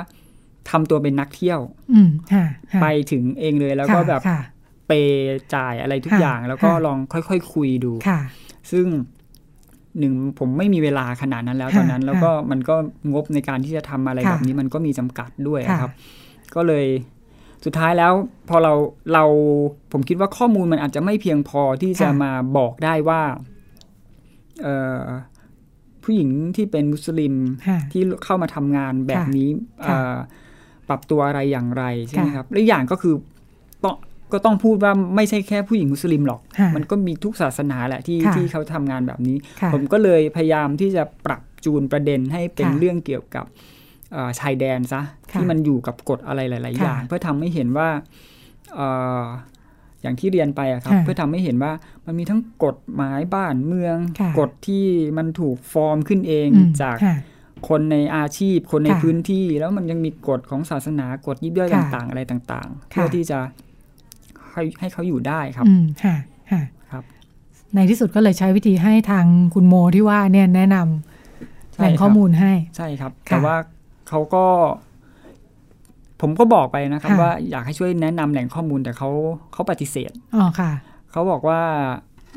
[SPEAKER 3] ทำตัวเป็นนักเที่ยว
[SPEAKER 2] อืมค่ะค่ะ
[SPEAKER 3] ไปถึงเองเลยแล้วก็
[SPEAKER 2] ค่ะ
[SPEAKER 3] แบบ
[SPEAKER 2] ค่ะ
[SPEAKER 3] เปจ่ายอะไรทุก
[SPEAKER 2] ค่ะ
[SPEAKER 3] อย่าง แล้วก็
[SPEAKER 2] ค่ะ
[SPEAKER 3] ลองค่อยๆคุยดู
[SPEAKER 2] ค่ะ
[SPEAKER 3] ซึ่งหนึ่งผมไม่มีเวลาขนาดนั้นแล้ว
[SPEAKER 2] ค่ะ
[SPEAKER 3] ตอนนั้น แล้ว
[SPEAKER 2] ค่ะ
[SPEAKER 3] ก็มันก็งบในการที่จะทำอะไร
[SPEAKER 2] ค่ะ
[SPEAKER 3] แบบนี้มันก็มีจำกัดด้วย
[SPEAKER 2] ค่ะ
[SPEAKER 3] นะครับ ก็เลยสุดท้ายแล้วพอเราเราผมคิดว่าข้อมูลมันอาจจะไม่เพียงพอที่จะ
[SPEAKER 2] ค่ะ
[SPEAKER 3] มาบอกได้ว่าเอ่อผู้หญิงที่เป็นมุสลิม
[SPEAKER 2] ค่ะ
[SPEAKER 3] ที่เข้ามาทำงานแบบนี้
[SPEAKER 2] ค่ะค่ะ
[SPEAKER 3] เอ่อปรับตัวอะไรอย่างไรใช่ไหม
[SPEAKER 2] ค่ะ
[SPEAKER 3] ครับและอีกอย่างก็คือต้องก็ต้องพูดว่าไม่ใช่แค่ผู้หญิงมุสลิมหรอก
[SPEAKER 2] ค่ะ
[SPEAKER 3] มันก็มีทุกศาสนาแหละที่
[SPEAKER 2] ค่ะ
[SPEAKER 3] ที่เขาทำงานแบบนี้
[SPEAKER 2] ค่ะ
[SPEAKER 3] ผมก็เลยพยายามที่จะปรับจูนประเด็นให้เป็น
[SPEAKER 2] ค่ะ
[SPEAKER 3] เรื่องเกี่ยวกับเอ่อชายแดนซะ
[SPEAKER 2] ค่ะ
[SPEAKER 3] ที่มันอยู่กับกฎอะไรหลาย ๆ
[SPEAKER 2] ค่ะ
[SPEAKER 3] อย่าง เพื่อทำให้เห็นว่าเอ่ออย่างที่เรียนไปอะครับ
[SPEAKER 2] ค่ะ
[SPEAKER 3] เพื่อทำให้เห็นว่ามันมีทั้งกฎหมายบ้านเมือง
[SPEAKER 2] ค่ะ
[SPEAKER 3] กฎที่มันถูกฟอร์มขึ้นเอง
[SPEAKER 2] อืม
[SPEAKER 3] จาก
[SPEAKER 2] ค่ะ
[SPEAKER 3] คนในอาชีพคนใน
[SPEAKER 2] ค่ะ
[SPEAKER 3] พื้นที่ แล้วมันยังมีกฎของศาสนากฎยิบย่อย
[SPEAKER 2] ค่ะ
[SPEAKER 3] ต่าง ๆ อะไรต่าง ๆ เพื่อ
[SPEAKER 2] ค่ะ
[SPEAKER 3] ที่จะให้ให้เขาอยู่ได้ครับ
[SPEAKER 2] อืมค่ะค่ะ
[SPEAKER 3] ครับ
[SPEAKER 2] ในที่สุดก็เลยใช้วิธีให้ทางคุณโมที่ว่าเนี่ยแนะนำแหล่ง
[SPEAKER 3] ใช่
[SPEAKER 2] ข้อมูลให้
[SPEAKER 3] ครับใช่ครับ
[SPEAKER 2] ค่ะ
[SPEAKER 3] แต่ว่าเขาก็ ผมก็บอกไปนะครับ
[SPEAKER 2] ค่ะ
[SPEAKER 3] ว่าอยากให้ช่วยแนะนำแหล่งข้อมูลแต่เขาเขาปฏิเสธ
[SPEAKER 2] อ๋อค่ะ
[SPEAKER 3] เขาบอกว่า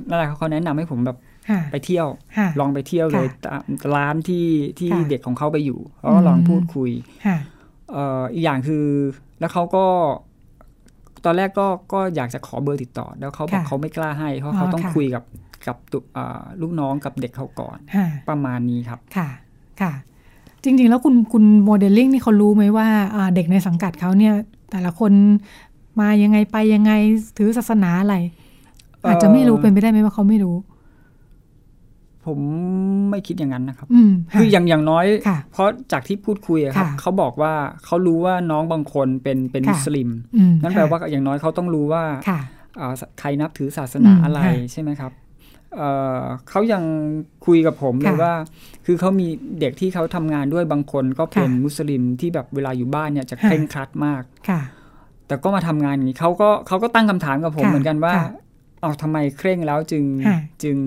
[SPEAKER 3] นั่นแหละครับเขาแนะนำให้ผมแบบ
[SPEAKER 2] ค่ะ
[SPEAKER 3] ไปเที่ยว
[SPEAKER 2] ค่ะ
[SPEAKER 3] ลองไปเที่ยวเลยตามร้านที่ที่
[SPEAKER 2] ค่ะ
[SPEAKER 3] เด็กของเขาไปอยู่เขาก็ลอง
[SPEAKER 2] อืม
[SPEAKER 3] พูดคุย
[SPEAKER 2] ค่ะ
[SPEAKER 3] เอ่ออีกอย่างคือแล้วเขาก็ ตอนแรกก็ก็อยากจะขอเบอร์ติดต่อ แล้วเขาบอก
[SPEAKER 2] ค่ะ
[SPEAKER 3] เขาไม่กล้าให้
[SPEAKER 2] อ๋
[SPEAKER 3] เพราะ
[SPEAKER 2] อ
[SPEAKER 3] เขาต้อง
[SPEAKER 2] ค่ะ
[SPEAKER 3] คุยกับกับตุเอ่อลูกน้องกับเด็กเขาก่อน
[SPEAKER 2] ค่ะ
[SPEAKER 3] ประมาณนี้ครับ
[SPEAKER 2] ค่ะ ค่ะ จริง ๆ แล้วคุณคุณโมเดลลิ่งนี่เขารู้ไหมว่าอ่าเด็กในสังกัดเขาเนี่ย แต่ละคนมายังไงไปยังไงถือศาสนาอะไร อาจจะไม่รู้เป็นไปได้ไหมว่าเขาไม่รู้
[SPEAKER 3] ผมไม่คิดอย่างนั้นนะครับ
[SPEAKER 2] อืมะ
[SPEAKER 3] คืออย่างอย่างน้อย
[SPEAKER 2] ค่ะ
[SPEAKER 3] เพราะจากที่พูดคุยอะครับ
[SPEAKER 2] ค่ะ
[SPEAKER 3] เขาบอกว่าเขารู้ว่าน้องบางคนเป็นเป็น
[SPEAKER 2] ค่ะ
[SPEAKER 3] มุสลิม
[SPEAKER 2] อืม
[SPEAKER 3] นั่นแปลว่าอย่างน้อยเขาต้องรู้ว่า
[SPEAKER 2] ค่ะ
[SPEAKER 3] อ่าใครนับถือศาสนา
[SPEAKER 2] อืม
[SPEAKER 3] อะไร
[SPEAKER 2] ค่ะ
[SPEAKER 3] ใช่ไหมครับเอ่อเขายังคุยกับผมเลย
[SPEAKER 2] ค่ะ
[SPEAKER 3] ว่า คือเขามีเด็กที่เขาทำงานด้วยบางคนก็เป็น
[SPEAKER 2] ค่ะ
[SPEAKER 3] มุสลิมที่แบบเวลาอยู่บ้านเนี่ยจะ
[SPEAKER 2] ค่ะ
[SPEAKER 3] เคร่งครัดมาก
[SPEAKER 2] ค่ะ
[SPEAKER 3] แต่ก็มาทำงานอย่างนี้เขาก็เขาก็ตั้งคำถามกับผม
[SPEAKER 2] ค่ะ
[SPEAKER 3] เหมือนกันว่า
[SPEAKER 2] ค่ะ
[SPEAKER 3] เอาทำไมเคร่งแล้วจึง
[SPEAKER 2] ค่ะ
[SPEAKER 3] จึง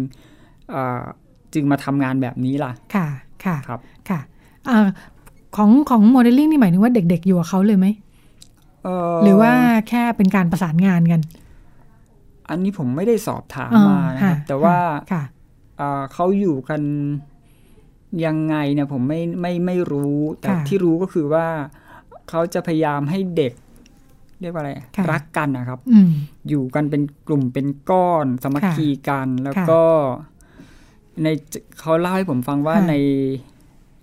[SPEAKER 3] อ่าจึงมาทำงานแบบนี้ล่ะ
[SPEAKER 2] ค่ะ ค่ะ
[SPEAKER 3] ครับ
[SPEAKER 2] ค่ะอ่าของของโมเดลลิ่งนี่หมายถึงว่าเด็ก ๆ อยู่กับเขาเลยไหม
[SPEAKER 3] เอ่อ
[SPEAKER 2] หรือว่าแค่เป็นการประสานงานกัน
[SPEAKER 3] อันนี้ผมไม่ได้สอบถาม
[SPEAKER 2] อ่
[SPEAKER 3] มานะครับ แต่ว่า
[SPEAKER 2] ค่ะ
[SPEAKER 3] เอ่อเขาอยู่กันยังไงเนี่ยผมไม่ไม่ไม่รู้ แต่
[SPEAKER 2] ค่ะ
[SPEAKER 3] ที่รู้ก็คือว่าเขาจะพยายามให้เด็ก เรียกว่าอะไร
[SPEAKER 2] ค่ะ
[SPEAKER 3] รักกันนะครับ
[SPEAKER 2] อืม
[SPEAKER 3] อยู่กันเป็นกลุ่มเป็นก้อนสามัคคีกัน แล้วก็ ในเขาเล่าให้ผมฟังว่า
[SPEAKER 2] ค่ะ
[SPEAKER 3] ใน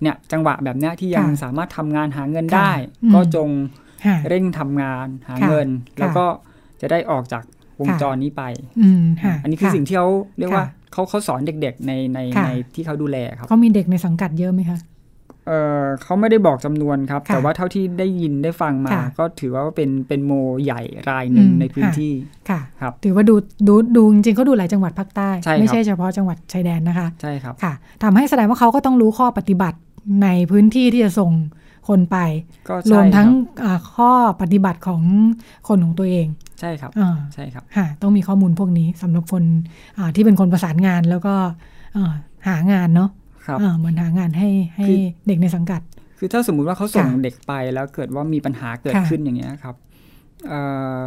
[SPEAKER 3] เนี่ยจังหวะแบบเนี้ยที่ยัง
[SPEAKER 2] ค่ะ
[SPEAKER 3] สามารถทำงานหาเงิน
[SPEAKER 2] ค่ะ
[SPEAKER 3] ได้
[SPEAKER 2] อืม
[SPEAKER 3] ก็จง
[SPEAKER 2] ค่ะ
[SPEAKER 3] เร่งทำงานหา
[SPEAKER 2] ค่ะ
[SPEAKER 3] เงิน แล้ว
[SPEAKER 2] ค่ะ
[SPEAKER 3] ก็จะได้ออกจากวง
[SPEAKER 2] ค่ะ
[SPEAKER 3] จรนี้ไป
[SPEAKER 2] อืมค่ะ
[SPEAKER 3] อันนี้คือะ สิ่งที่เขาเรียก
[SPEAKER 2] ค่ะ
[SPEAKER 3] ว่าเขาเขาสอนเด็กๆในใน
[SPEAKER 2] ค่ะ
[SPEAKER 3] ในที่เขาดูแลครับ
[SPEAKER 2] เขามีเด็กในสังกัดเยอะไหมคะ
[SPEAKER 3] เออเขาไม่ได้บอกจำนวนครับ
[SPEAKER 2] ค่ะ
[SPEAKER 3] แต่ว่าเท่าที่ได้ยินได้ฟังมา
[SPEAKER 2] ค่ะ
[SPEAKER 3] ก็ถือว่าเป็นเป็นโมใหญ่รายหนึ่ง
[SPEAKER 2] อืม
[SPEAKER 3] ในพื้น
[SPEAKER 2] ค่ะ
[SPEAKER 3] ที่
[SPEAKER 2] ค่ะ
[SPEAKER 3] ครับ
[SPEAKER 2] ถือว่าดูดูดูจริงๆเขาดูหลายจังหวัดภาคใต้
[SPEAKER 3] ใช่ครับ
[SPEAKER 2] ไม่ใช่เฉพาะจังหวัดชายแดนนะคะ
[SPEAKER 3] ใช่ครับ
[SPEAKER 2] ค่ะทำให้แสดงว่าเขาก็ต้องรู้ข้อปฏิบัติในพื้นที่ที่จะส่งคนไป
[SPEAKER 3] ก็
[SPEAKER 2] ร
[SPEAKER 3] ใช่
[SPEAKER 2] วม
[SPEAKER 3] ค
[SPEAKER 2] ทั้
[SPEAKER 3] รั
[SPEAKER 2] ง
[SPEAKER 3] บ
[SPEAKER 2] อ่าข้อปฏิบัติของคนของตัวเอง
[SPEAKER 3] ใช่ครับ
[SPEAKER 2] อ่า
[SPEAKER 3] ใช่ครับ
[SPEAKER 2] ค่ะต้องมีข้อมูลพวกนี้สำหรับคนอ่าที่เป็นคนประสานงานแล้วก็อ่าหางานเนาะ
[SPEAKER 3] ครับ
[SPEAKER 2] อ่าเหมือนหางานให้ให้
[SPEAKER 3] คือ
[SPEAKER 2] เด็กในสังกัด
[SPEAKER 3] คือถ้าสมมุติว่าเขาส่ง
[SPEAKER 2] ค่ะ
[SPEAKER 3] เด็กไปแล้วเกิดว่ามีปัญหาเกิด
[SPEAKER 2] ค่ะ
[SPEAKER 3] ขึ้นอย่างเงี้ยครับเอ่อ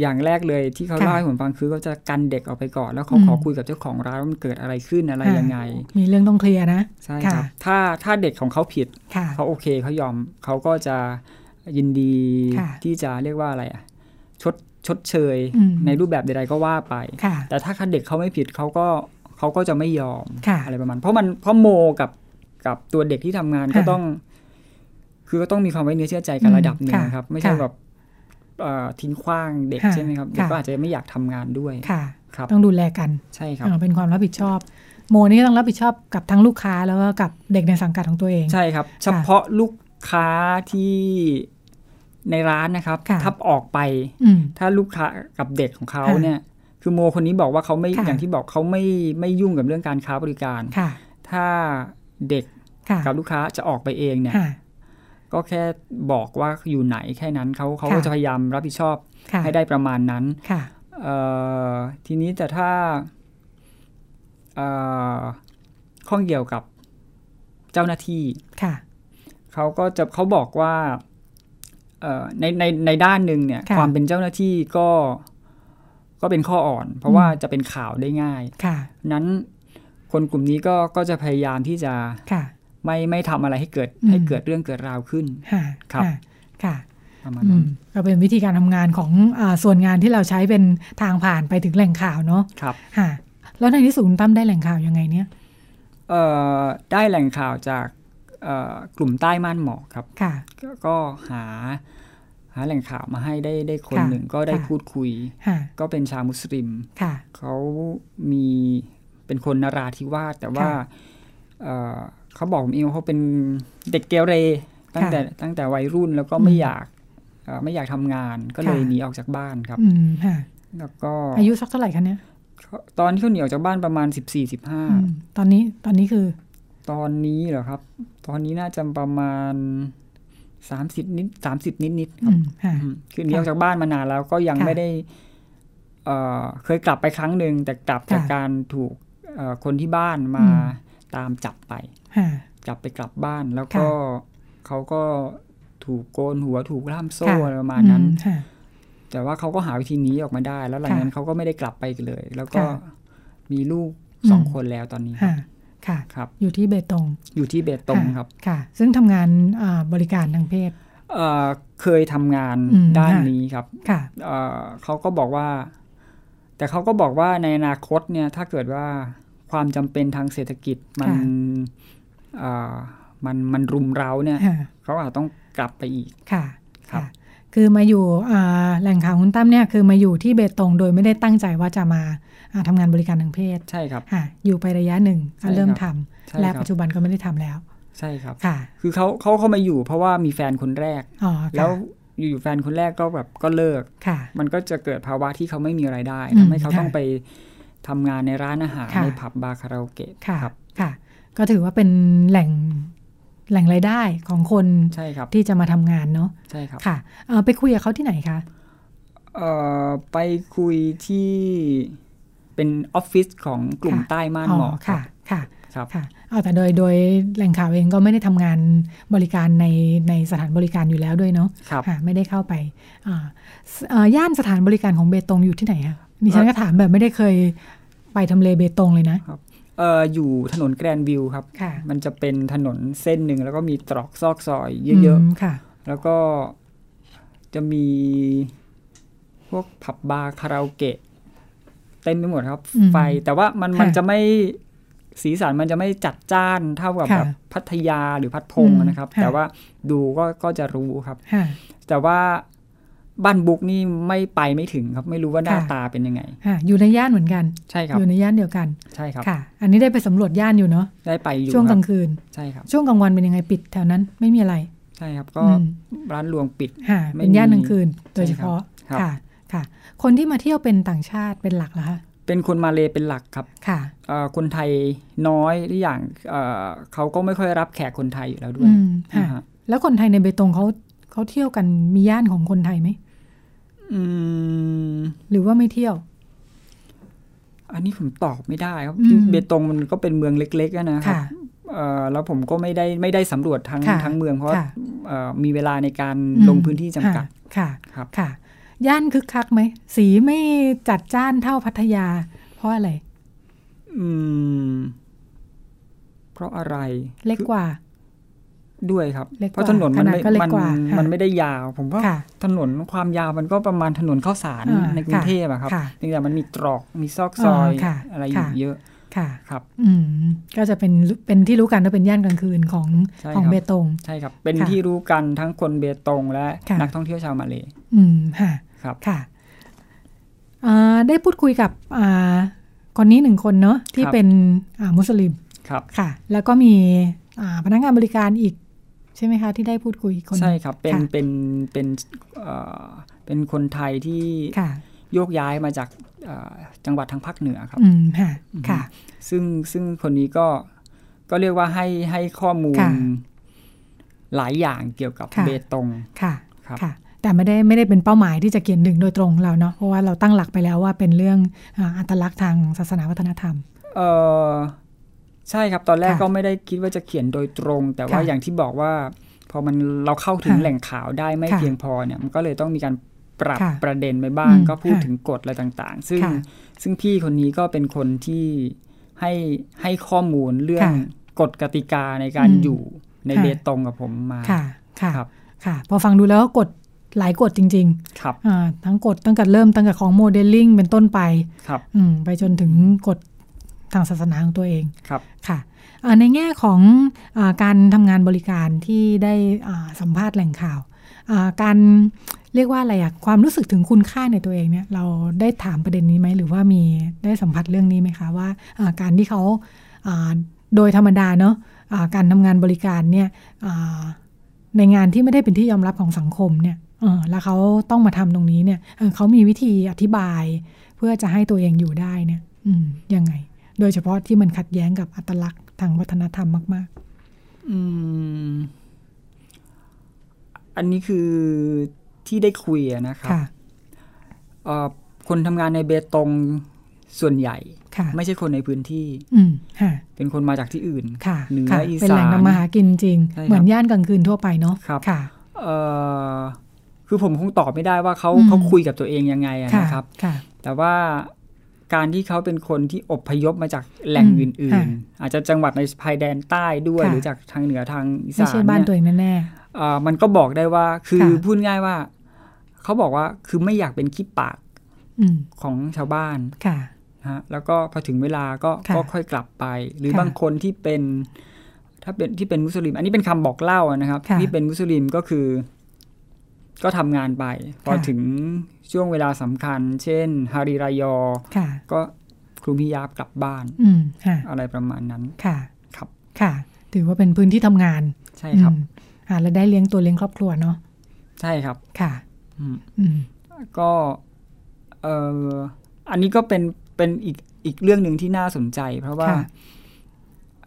[SPEAKER 3] อย่างแรกเลยที่เขา
[SPEAKER 2] ค่ะ
[SPEAKER 3] เล่าให้ผมฟังคือเขาจะกันเด็กออกไปก่อน แล้วเขา
[SPEAKER 2] อืม
[SPEAKER 3] ขอคุยกับเจ้าของร้านว่ามันเกิดอะไรขึ้นอะไร
[SPEAKER 2] ค่ะ
[SPEAKER 3] ยังไง
[SPEAKER 2] มีเรื่องต้องเคลียร์นะ
[SPEAKER 3] ใช่
[SPEAKER 2] ค่ะ
[SPEAKER 3] ครับถ้าถ้าเด็กของเขาผิด
[SPEAKER 2] ค่ะ
[SPEAKER 3] เขาโอเคเขายอมเขาก็จะยินดี
[SPEAKER 2] ค่ะ
[SPEAKER 3] ที่จะเรียกว่าอะไรอะชดชดเชย
[SPEAKER 2] อืม
[SPEAKER 3] ในรูปแบบใดๆก็ว่าไป
[SPEAKER 2] ค่ะ
[SPEAKER 3] แต่ถ้าคันเด็กเขาไม่ผิดเขาก็เขาก็จะไม่ยอม
[SPEAKER 2] ค่ะ
[SPEAKER 3] อะไรประมาณ เพราะมันเพราะโมกับกับตัวเด็กที่ทำงาน
[SPEAKER 2] ค่ะ
[SPEAKER 3] ก็ต้อง คือก็ต้องมีความไว้เนื้อเชื่อใจกัน
[SPEAKER 2] อืม
[SPEAKER 3] ระดับหนึ่ง
[SPEAKER 2] ค่ะ
[SPEAKER 3] ครับ ไม่ใช่
[SPEAKER 2] ค่ะ
[SPEAKER 3] แบบเอ่อทิ้งขว้างเด็ก
[SPEAKER 2] ค่ะ
[SPEAKER 3] ใช่ไหมครับเด็ก
[SPEAKER 2] ค่ะ
[SPEAKER 3] ก็อาจจะไม่อยากทำงานด้วย
[SPEAKER 2] ค่ะ
[SPEAKER 3] ครับ
[SPEAKER 2] ต้องดูแลกัน
[SPEAKER 3] ใช่ครับ
[SPEAKER 2] อ่าเป็นความรับผิดชอบ โมนี่ก็ต้องรับผิดชอบกับทั้งลูกค้าแล้วก็กับเด็กในสังกัดของตัวเอง
[SPEAKER 3] ใช่ครับ เฉพาะลูกค้าที่ในร้านนะครับ
[SPEAKER 2] ค่ะ
[SPEAKER 3] ถ้าออกไป
[SPEAKER 2] อืม
[SPEAKER 3] ถ้าลูกค้ากับเด็กของเขา
[SPEAKER 2] ค่ะ
[SPEAKER 3] เนี่ย คือโมคนนี้บอกว่าเขาไม่
[SPEAKER 2] ค่ะ
[SPEAKER 3] อย่างที่บอกเขาไม่ไม่ยุ่งกับเรื่องการค้าบริการ
[SPEAKER 2] ค่ะ
[SPEAKER 3] ถ้าเด็ก
[SPEAKER 2] ค่ะ
[SPEAKER 3] กับลูกค้าจะออกไปเองเนี่ย
[SPEAKER 2] ค่ะ
[SPEAKER 3] ก็แค่บอกว่าอยู่ไหนแค่นั้นเขาเขาก็
[SPEAKER 2] ค่ะ
[SPEAKER 3] จะพยายามรับผิดชอบ
[SPEAKER 2] ค่ะ
[SPEAKER 3] ให้ได้ประมาณนั้น
[SPEAKER 2] ค่ะ
[SPEAKER 3] เอ่อทีนี้แต่ถ้าเอ่อข้องเกี่ยวกับเจ้าหน้าที่
[SPEAKER 2] ค่ะ
[SPEAKER 3] เขาก็จะเขาบอกว่าเอ่อในในในด้านหนึ่งเนี่ย
[SPEAKER 2] ค่ะ
[SPEAKER 3] ความเป็นเจ้าหน้าที่ก็ก็เป็นข้ออ่อน เพราะว่า
[SPEAKER 2] อืม
[SPEAKER 3] จะเป็นข่าวได้ง่าย
[SPEAKER 2] ค่ะ
[SPEAKER 3] นั้นคนกลุ่มนี้ก็ก็จะพยายามที่จะ
[SPEAKER 2] ค่ะ
[SPEAKER 3] ไม่ไม่ทำอะไรให้เกิด
[SPEAKER 2] อืม
[SPEAKER 3] ให้เกิดเรื่องเกิดราวขึ้น
[SPEAKER 2] ค่ะ
[SPEAKER 3] ครับ
[SPEAKER 2] ะค่ะ
[SPEAKER 3] ประมาณ
[SPEAKER 2] อื
[SPEAKER 3] นั้
[SPEAKER 2] ม
[SPEAKER 3] น
[SPEAKER 2] ก็เป็นวิธีการทำงานของอาส่วนงานที่เราใช้เป็นทางผ่านไปถึงแหล่งข่าวเนาะ
[SPEAKER 3] ครับ
[SPEAKER 2] ค่ะ แล้วในที่สุดคุณตั้มได้แหล่งข่าวยังไงเนี่ย
[SPEAKER 3] เอ่อได้แหล่งข่าวจากเอ่อกลุ่มใต้ม่านหมอกครับ
[SPEAKER 2] ค่ะ
[SPEAKER 3] ก็ก็หาหาแหล่งข่าวมาให้ได้ได้คน
[SPEAKER 2] ค่ะ
[SPEAKER 3] หนึ่งก็ได้
[SPEAKER 2] ค่ะ
[SPEAKER 3] พูดคุย
[SPEAKER 2] ค่ะ
[SPEAKER 3] ก็เป็นชาวมุสลิม
[SPEAKER 2] ค่ะ
[SPEAKER 3] เขามีเป็นคนนราธิวาสแต่ว่า
[SPEAKER 2] ค่ะ
[SPEAKER 3] เอ่อเขาบอกผมเองว่าเขาเป็นเด็กเกเรตั้ง
[SPEAKER 2] ค่ะ
[SPEAKER 3] แต่ตั้งแต่วัยรุ่นแล้วก็
[SPEAKER 2] อืม
[SPEAKER 3] ไม่อยากเอ่อไม่อยากทำงานก็เลย
[SPEAKER 2] ค่ะ
[SPEAKER 3] หนีออกจากบ้านครับ
[SPEAKER 2] อืมค่ะ
[SPEAKER 3] แล้วก็
[SPEAKER 2] อายุสักเท่าไหร่คะเนี่ย
[SPEAKER 3] ตอนที่เขาหนีออกจากบ้านประมาณ
[SPEAKER 2] อ
[SPEAKER 3] 14
[SPEAKER 2] ืมตอนนี้ตอนนี้คือ
[SPEAKER 3] 15 ตอนนี้เหรอครับ ตอนนี้น่าจะประมาณ 30 นิด 30 นิดนิดๆค
[SPEAKER 2] อื
[SPEAKER 3] รับ
[SPEAKER 2] มค่ะ
[SPEAKER 3] อืมคือหนีออกจากบ้านมานานแล้วก็ยัง
[SPEAKER 2] ค่ะ
[SPEAKER 3] ไม่ได้เอ่อเคยกลับไปครั้งหนึ่งแต่กลับจาก
[SPEAKER 2] ค่ะ
[SPEAKER 3] การถูกเอ่อคนที่บ้านมา
[SPEAKER 2] อืม
[SPEAKER 3] ตามจับไป
[SPEAKER 2] ค่ะ
[SPEAKER 3] กลับไปกลับบ้านแล้วก็เขาก็ถูกโกนหัวถูกล่ามโซ่
[SPEAKER 2] ค่ะ
[SPEAKER 3] อะไรประมาณนั้น
[SPEAKER 2] อืค่ะ
[SPEAKER 3] แต่ว่าเขาก็หาวิธีหนี้ออกมาได้ แล้วหลัง
[SPEAKER 2] ค่ะ
[SPEAKER 3] นั้นเขาก็ไม่ได้กลับไปอีกเลย แล้วก็
[SPEAKER 2] ค่ะ
[SPEAKER 3] มีลูกสอง
[SPEAKER 2] อืม
[SPEAKER 3] คนแล้วตอนนี้
[SPEAKER 2] ค่ะ ค่ะ
[SPEAKER 3] ครับ
[SPEAKER 2] อยู่ที่เบตง
[SPEAKER 3] อยู่ที่เบตง
[SPEAKER 2] ะ
[SPEAKER 3] ครับ
[SPEAKER 2] ค่ะ ซึ่งทำงานอ่าบริการทางเพศ
[SPEAKER 3] เอ่อเคยทำงาน
[SPEAKER 2] อืม
[SPEAKER 3] ด้าน
[SPEAKER 2] ค่ะ
[SPEAKER 3] นี้ครับ
[SPEAKER 2] ค่ะ
[SPEAKER 3] เอ่อเขาก็บอกว่า แต่เขาก็บอกว่าในอนาคตเนี่ยถ้าเกิดว่าความจำเป็นทางเศรษฐกิจมัน
[SPEAKER 2] ค่ะ
[SPEAKER 3] เอ่อมันมันรุมเร้าเนี่ย
[SPEAKER 2] ค่ะ
[SPEAKER 3] เขาอาจต้องกลับไปอีก
[SPEAKER 2] ค่ะ
[SPEAKER 3] ครับ
[SPEAKER 2] ค่ะ คือมาอยู่อ่าแหล่งข่าวคุณตั้มเนี่ย คือมาอยู่ที่เบตงโดยไม่ได้ตั้งใจว่าจะมาอ่าทำางานบริการทางเพศ
[SPEAKER 3] ใช่ครับ
[SPEAKER 2] ค่ะ อยู่ไประยะหนึ่งก็
[SPEAKER 3] ใช่
[SPEAKER 2] เริ่ม
[SPEAKER 3] ครั
[SPEAKER 2] ทำ
[SPEAKER 3] บ ใช่
[SPEAKER 2] และ
[SPEAKER 3] ครั
[SPEAKER 2] ปั
[SPEAKER 3] บ
[SPEAKER 2] จจุบันก็ไม่ได้ทำแล้ว
[SPEAKER 3] ใช่ครับ
[SPEAKER 2] ค่ะ
[SPEAKER 3] คือเขาเขาเข้ามาอยู่เพราะว่ามีแฟนคนแรก
[SPEAKER 2] อ๋อค่ะ
[SPEAKER 3] แล้วอยู่ๆแฟนคนแรกก็แบบก็เลิก
[SPEAKER 2] ค่ะ
[SPEAKER 3] มันก็จะเกิดภาวะที่เขาไม่มีไรายได้
[SPEAKER 2] อืม
[SPEAKER 3] ทำให้เขาต้อง
[SPEAKER 2] ค่ะ
[SPEAKER 3] ไปทำงานในร้านอาหาร
[SPEAKER 2] ค่ะ
[SPEAKER 3] ในผับบาร์คาราโอเกะ
[SPEAKER 2] ค่ะ
[SPEAKER 3] ครับ
[SPEAKER 2] ค่ะ ก็ถือว่าเป็นแหล่ง แหล่งรายได้ของคน
[SPEAKER 3] ใช่ครับ
[SPEAKER 2] ที่จะมาทำงานเนาะ
[SPEAKER 3] ใช่ครับ
[SPEAKER 2] ค่ะเอ่อไปคุยกับเขาที่ไหนคะ
[SPEAKER 3] เอ่อไปคุยที่เป็นออฟฟิศของกลุ่ม
[SPEAKER 2] ค่ะ
[SPEAKER 3] ใต้ม่านหมอก
[SPEAKER 2] ค่ะ ค่ะ
[SPEAKER 3] ครับ
[SPEAKER 2] ค่ะเอาแต่โดย โดยแหล่งข่าวเองก็ไม่ได้ทำงานบริการใน ในสถานบริการอยู่แล้วด้วยเนาะ
[SPEAKER 3] ครับ
[SPEAKER 2] ค่ะ ไม่ได้เข้าไปอ่าสเอ่อย่านสถานบริการของเบตงอยู่ที่ไหนคะดิฉัน
[SPEAKER 3] เอ่อ
[SPEAKER 2] ก็ถามแบบไม่ได้เคยไปทำเลเบตงเลยนะ
[SPEAKER 3] เอ่ออยู่ถนนแกรนด์วิวครับ
[SPEAKER 2] ค่ะ
[SPEAKER 3] มันจะเป็นถนนเส้นหนึ่งแล้วก็มีตรอกซอกซอย
[SPEAKER 2] เย
[SPEAKER 3] เย
[SPEAKER 2] อะ
[SPEAKER 3] อะๆ
[SPEAKER 2] ๆค่ะ
[SPEAKER 3] แล้วก็จะมีพวกผับบาร์คาราโอเกะเต็มไปหมดครับ
[SPEAKER 2] อืม
[SPEAKER 3] ไฟแต่ว่ามัน
[SPEAKER 2] ค่ะ
[SPEAKER 3] มันจะไม่สีสันมันจะไม่จัดจ้านเท่ากับ
[SPEAKER 2] ค่ะ
[SPEAKER 3] แบบพัทยาหรือพัดพง
[SPEAKER 2] อืม
[SPEAKER 3] นะครับ
[SPEAKER 2] ค่ะ
[SPEAKER 3] แต่ว่าดูก็ก็จะรู้ครับ
[SPEAKER 2] ค่ะ
[SPEAKER 3] แต่ว่าบ้านบุ๊กนี่ไม่ไปไม่ถึงครับ ไม่รู้ว่าหน้า
[SPEAKER 2] ค่ะ
[SPEAKER 3] ตาเป็นยังไง
[SPEAKER 2] ค่ะอยู่ในย่านเหมือนกัน
[SPEAKER 3] ใช่ครับ
[SPEAKER 2] อยู่ในย่านเดียวกัน
[SPEAKER 3] ใช่ครับ
[SPEAKER 2] ค่ะ อันนี้ได้ไปสำรวจย่านอยู่เนาะ
[SPEAKER 3] ได้ไปอยู่
[SPEAKER 2] ช่วง
[SPEAKER 3] ค
[SPEAKER 2] ก
[SPEAKER 3] รั
[SPEAKER 2] ลา
[SPEAKER 3] บ
[SPEAKER 2] งคืน
[SPEAKER 3] ใช่ครับ
[SPEAKER 2] ช่วงกลางวันเป็นยังไงปิดแถวนั้นไม่มีอะไร
[SPEAKER 3] ใช่ครับ ก็
[SPEAKER 2] อืม
[SPEAKER 3] ร้านรวงปิด
[SPEAKER 2] ค่ะ
[SPEAKER 3] ไม่
[SPEAKER 2] เป็นย่าน
[SPEAKER 3] มี
[SPEAKER 2] กลางคืน โดยเฉ
[SPEAKER 3] ใช่ครับ
[SPEAKER 2] พาะ
[SPEAKER 3] ครับ
[SPEAKER 2] ค่ะค่ะ คนที่มาเที่ยวเป็นต่างชาติเป็นหลักเหรอคะ
[SPEAKER 3] เป็นคนมาเลเป็นหลักครับ
[SPEAKER 2] ค่ะ
[SPEAKER 3] เอ่อคนไทยน้อยหรืออย่างเอ่อเขาก็ไม่ค่อยรับแขกคนไทยอยู่แล้วด้ว
[SPEAKER 2] อื
[SPEAKER 3] ย
[SPEAKER 2] มค่ะ
[SPEAKER 3] นะฮะ
[SPEAKER 2] แล้วคนไทยในเบตงเขาเขาเที่ยวกันมีย่านของคนไทยไหม
[SPEAKER 3] อืม
[SPEAKER 2] หรือว่าไม่เที่ยว
[SPEAKER 3] อันนี้ผมตอบไม่ได้ครับ
[SPEAKER 2] อืม
[SPEAKER 3] จริงเบตงมันก็เป็นเมืองเล็กๆอะนะครับ
[SPEAKER 2] ค่ะ
[SPEAKER 3] เอ่อแล้วผมก็ไม่ได้ไม่ได้สำรวจทั้ง
[SPEAKER 2] ค่ะ
[SPEAKER 3] ทั้งเมืองเพราะว่า
[SPEAKER 2] ค่ะ
[SPEAKER 3] เอ่อมีเวลาในการ
[SPEAKER 2] อืม
[SPEAKER 3] ลงพื้นที่จำกัด
[SPEAKER 2] ค่ะ
[SPEAKER 3] ครับ
[SPEAKER 2] ค่ะ ย่านคึกคักไหม สีไม่จัดจ้านเท่าพัทยา เพราะอะไร
[SPEAKER 3] อืมเพราะอะไร
[SPEAKER 2] เล็กกว่า
[SPEAKER 3] ด้วยครับ
[SPEAKER 2] เล็กกว่า
[SPEAKER 3] เพราะถนนมันไม่
[SPEAKER 2] ขนาดก็เล็ก
[SPEAKER 3] มัน
[SPEAKER 2] กว่าค่ะ
[SPEAKER 3] มันไม่ได้ยาว ผมว่า
[SPEAKER 2] ค่ะ
[SPEAKER 3] ถนนความยาวมันก็ประมาณถนนข้าวสาร
[SPEAKER 2] อ่า
[SPEAKER 3] ในกรุง
[SPEAKER 2] ค่ะ
[SPEAKER 3] เทพอะครับ
[SPEAKER 2] ค่ะ
[SPEAKER 3] เพียงแต่มันมีตรอกมีซอกซอย
[SPEAKER 2] อ่าค่ะ
[SPEAKER 3] อะไรอยู่
[SPEAKER 2] ค่ะ
[SPEAKER 3] เยอะ
[SPEAKER 2] ค่ะ
[SPEAKER 3] ครับ
[SPEAKER 2] อืมก็จะเป็นเป็นที่รู้กันว่าเป็นย่านกลางคืนของ
[SPEAKER 3] ใช่
[SPEAKER 2] ของ
[SPEAKER 3] ครับ
[SPEAKER 2] เบตง
[SPEAKER 3] ใช่ครับ เป็น
[SPEAKER 2] ค่ะ
[SPEAKER 3] ที่รู้กันทั้งคนเบตงและ
[SPEAKER 2] ค่ะ
[SPEAKER 3] นักท่องเที่ยวชาวมาเลย
[SPEAKER 2] อืมค่ะ
[SPEAKER 3] ครับ
[SPEAKER 2] ค่ะอ่าได้พูดคุยกับอ่าคนนี้หนึ่งคนเนาะที่
[SPEAKER 3] ครับ
[SPEAKER 2] เป็นอ่ามุสลิม
[SPEAKER 3] ครับ
[SPEAKER 2] ค่ะ แล้วก็มีอ่าพนักงานบริการอีก ใช่ไหมคะที่ได้พูดคุยคนหนึ่ง
[SPEAKER 3] ใช่ครับ เป็น
[SPEAKER 2] ค่ะ
[SPEAKER 3] เป็น เป็นเอ่อเป็นคนไทยที่
[SPEAKER 2] ค่ะ
[SPEAKER 3] โยกย้ายมาจากเอ่อจังหวัดทางภาคเหนือครับ
[SPEAKER 2] อืมค่ะ
[SPEAKER 3] อืม
[SPEAKER 2] ค่ะ
[SPEAKER 3] ซึ่งซึ่งคนนี้ก็ ก็เรียกว่าให้ให้ข้อมูล
[SPEAKER 2] ค่ะ
[SPEAKER 3] หลายอย่างเกี่ยวกับ
[SPEAKER 2] ค่ะ
[SPEAKER 3] เบตง
[SPEAKER 2] ค่ะ
[SPEAKER 3] ครับ
[SPEAKER 2] ค่ะ แต่ไม่ได้ไม่ได้เป็นเป้าหมายที่จะเขียนถึงโดยตรงเราเนาะเพราะว่าเราตั้งหลักไปแล้วว่าเป็นเรื่องอ่าอัตลักษณ์ทางศาสนาวัฒนธรรม
[SPEAKER 3] เออใช่ครับ ตอนแรก
[SPEAKER 2] ค่ะ
[SPEAKER 3] ก็ไม่ได้คิดว่าจะเขียนโดยตรง แต่ว่า
[SPEAKER 2] ค่ะ
[SPEAKER 3] อย่างที่บอกว่า พ พอมันเราเข้าถึง
[SPEAKER 2] ค่ะ
[SPEAKER 3] แหล่งข่าวได้ไม่
[SPEAKER 2] ค่ะ
[SPEAKER 3] เพียงพอเนี่ยมันก็เลยต้องมีการปรับ
[SPEAKER 2] ค่ะ
[SPEAKER 3] ประเด็นไปบ้าง
[SPEAKER 2] อืม
[SPEAKER 3] ก็พูด
[SPEAKER 2] ค่ะ
[SPEAKER 3] ถึงกฎอะไรต่างๆ ซึ่ง
[SPEAKER 2] ค่ะ
[SPEAKER 3] ซึ่งพี่คนนี้ก็เป็นคนที่ให้ให้ข้อมูลเรื่อง
[SPEAKER 2] ค่ะ
[SPEAKER 3] กฎกติกาในการ
[SPEAKER 2] อืม
[SPEAKER 3] อยู่ใน
[SPEAKER 2] ค่ะ
[SPEAKER 3] เบตงกับผมมา
[SPEAKER 2] ค่ะ ค่ะ
[SPEAKER 3] ครับ
[SPEAKER 2] ค่ะ พอฟังดูแล้วก็กฎหลายกฎจริง
[SPEAKER 3] ครับ
[SPEAKER 2] ๆอ่าทั้งกฎตั้งแต่เริ่มตั้งแต่ของโมเดลลิ่งเป็นต้นไป
[SPEAKER 3] ครับ
[SPEAKER 2] อืมไปจนถึงกฎทางศาสนาของตัวเอง
[SPEAKER 3] ครับ
[SPEAKER 2] ค่ะอ่าในแง่ของอาการทำงานบริการที่ได้อ่าสัมภาษณ์แหล่งข่าวอ่าการเรียกว่าอะไรอะความรู้สึกถึงคุณค่าในตัวเองเนี่ยเราได้ถามประเด็นนี้ไหมหรือว่ามีได้สัมผัสเรื่องนี้ไหมคะว่าอ่าการที่เขาอ่าโดยธรรมดาเนาะอ่าการทำงานบริการเนี่ยอ่าในงานที่ไม่ได้เป็นที่ยอมรับของสังคมเนี่ยเออแล้วเขาต้องมาทำตรงนี้เนี่ยเออเขามีวิธีอธิบาย เพื่อจะให้ตัวเองอยู่ได้เนี่ย อืม ยังไง โดยเฉพาะที่มันขัดแย้งกับอัตลักษณ์ทางวัฒนธรรมมาก
[SPEAKER 3] อืม อันนี้คือที่ได้คุยอะนะค
[SPEAKER 2] ๆ
[SPEAKER 3] รับ
[SPEAKER 2] ค่ะ
[SPEAKER 3] เอ่อคนทำงานในเบตงส่วนใหญ่
[SPEAKER 2] ค่ะ
[SPEAKER 3] ไม่ใช่คนในพื้นที่
[SPEAKER 2] อืมค่ะ
[SPEAKER 3] เป็นคนมาจากที่อื่น
[SPEAKER 2] ค่ะ
[SPEAKER 3] เหนือ
[SPEAKER 2] ค่ะ
[SPEAKER 3] อีสาน
[SPEAKER 2] เป็นแหล่งทำมาหากินจริง
[SPEAKER 3] ใช่ครับ
[SPEAKER 2] เหมือนย่านกลางคืนทั่วไปเนาะ
[SPEAKER 3] ครับ
[SPEAKER 2] ค่ะ
[SPEAKER 3] เอ่อคือผมคงตอบไม่ได้ว่าเขา
[SPEAKER 2] อืม
[SPEAKER 3] เขาคุยกับตัวเองยังไงอะ
[SPEAKER 2] ค่ะ
[SPEAKER 3] นะครับ
[SPEAKER 2] ค่ะ
[SPEAKER 3] แต่ว่าการที่เขาเป็นคนที่อพยพมาจากแหล่ง
[SPEAKER 2] อืม
[SPEAKER 3] อื่น
[SPEAKER 2] ค่ะ
[SPEAKER 3] ๆ อาจจะจังหวัดในภายแดนใต้ด้วย
[SPEAKER 2] ค่ะ
[SPEAKER 3] หรือจากทางเหนือทางอี
[SPEAKER 2] ไม่
[SPEAKER 3] สาน
[SPEAKER 2] ใช่บ้านตัว
[SPEAKER 3] เนี่ย
[SPEAKER 2] เองแน่
[SPEAKER 3] เอ่อมันก็บอกได้ว่าคือ
[SPEAKER 2] ค่ะ
[SPEAKER 3] พูดง่ายว่า เขาบอกว่าคือไม่อยากเป็นขี้ปาก
[SPEAKER 2] ๆอืม
[SPEAKER 3] ของชาวบ้าน
[SPEAKER 2] ค่ะ
[SPEAKER 3] นะฮะแล้วก็พอถึงเวลาก็
[SPEAKER 2] ค่ะ
[SPEAKER 3] ก็ค่อยกลับไป หรือ
[SPEAKER 2] ค่ะ
[SPEAKER 3] บางคนที่เป็น ถ้าเป็นที่เป็นมุสลิม อันนี้เป็นคำบอกเล่านะครับ
[SPEAKER 2] ค่ะ
[SPEAKER 3] ที่เป็นมุสลิมก็คือ ก็ทำงานไป พอ
[SPEAKER 2] ค่ะ
[SPEAKER 3] ถึงช่วงเวลาสำคัญ เช่นฮาริรายอ
[SPEAKER 2] ค่ะ
[SPEAKER 3] ก็ครูพิยาบกลับบ้าน
[SPEAKER 2] อืมค่ะ
[SPEAKER 3] อะไรประมาณนั้น
[SPEAKER 2] ค่ะ
[SPEAKER 3] ครับ
[SPEAKER 2] ค่ะ ถือว่าเป็นพื้นที่ทำงาน
[SPEAKER 3] ใช่ครับ
[SPEAKER 2] อืมอ่าแล้วได้เลี้ยงตัวเลี้ยงครอบครัวเนาะ
[SPEAKER 3] ใช่ครับ
[SPEAKER 2] ค่ะ
[SPEAKER 3] อืม
[SPEAKER 2] อืม
[SPEAKER 3] ก็เอ่ออันนี้ก็เป็นเป็นอีกอีกเรื่องหนึ่งที่น่าสนใจ เพราะว่า
[SPEAKER 2] ค่ะ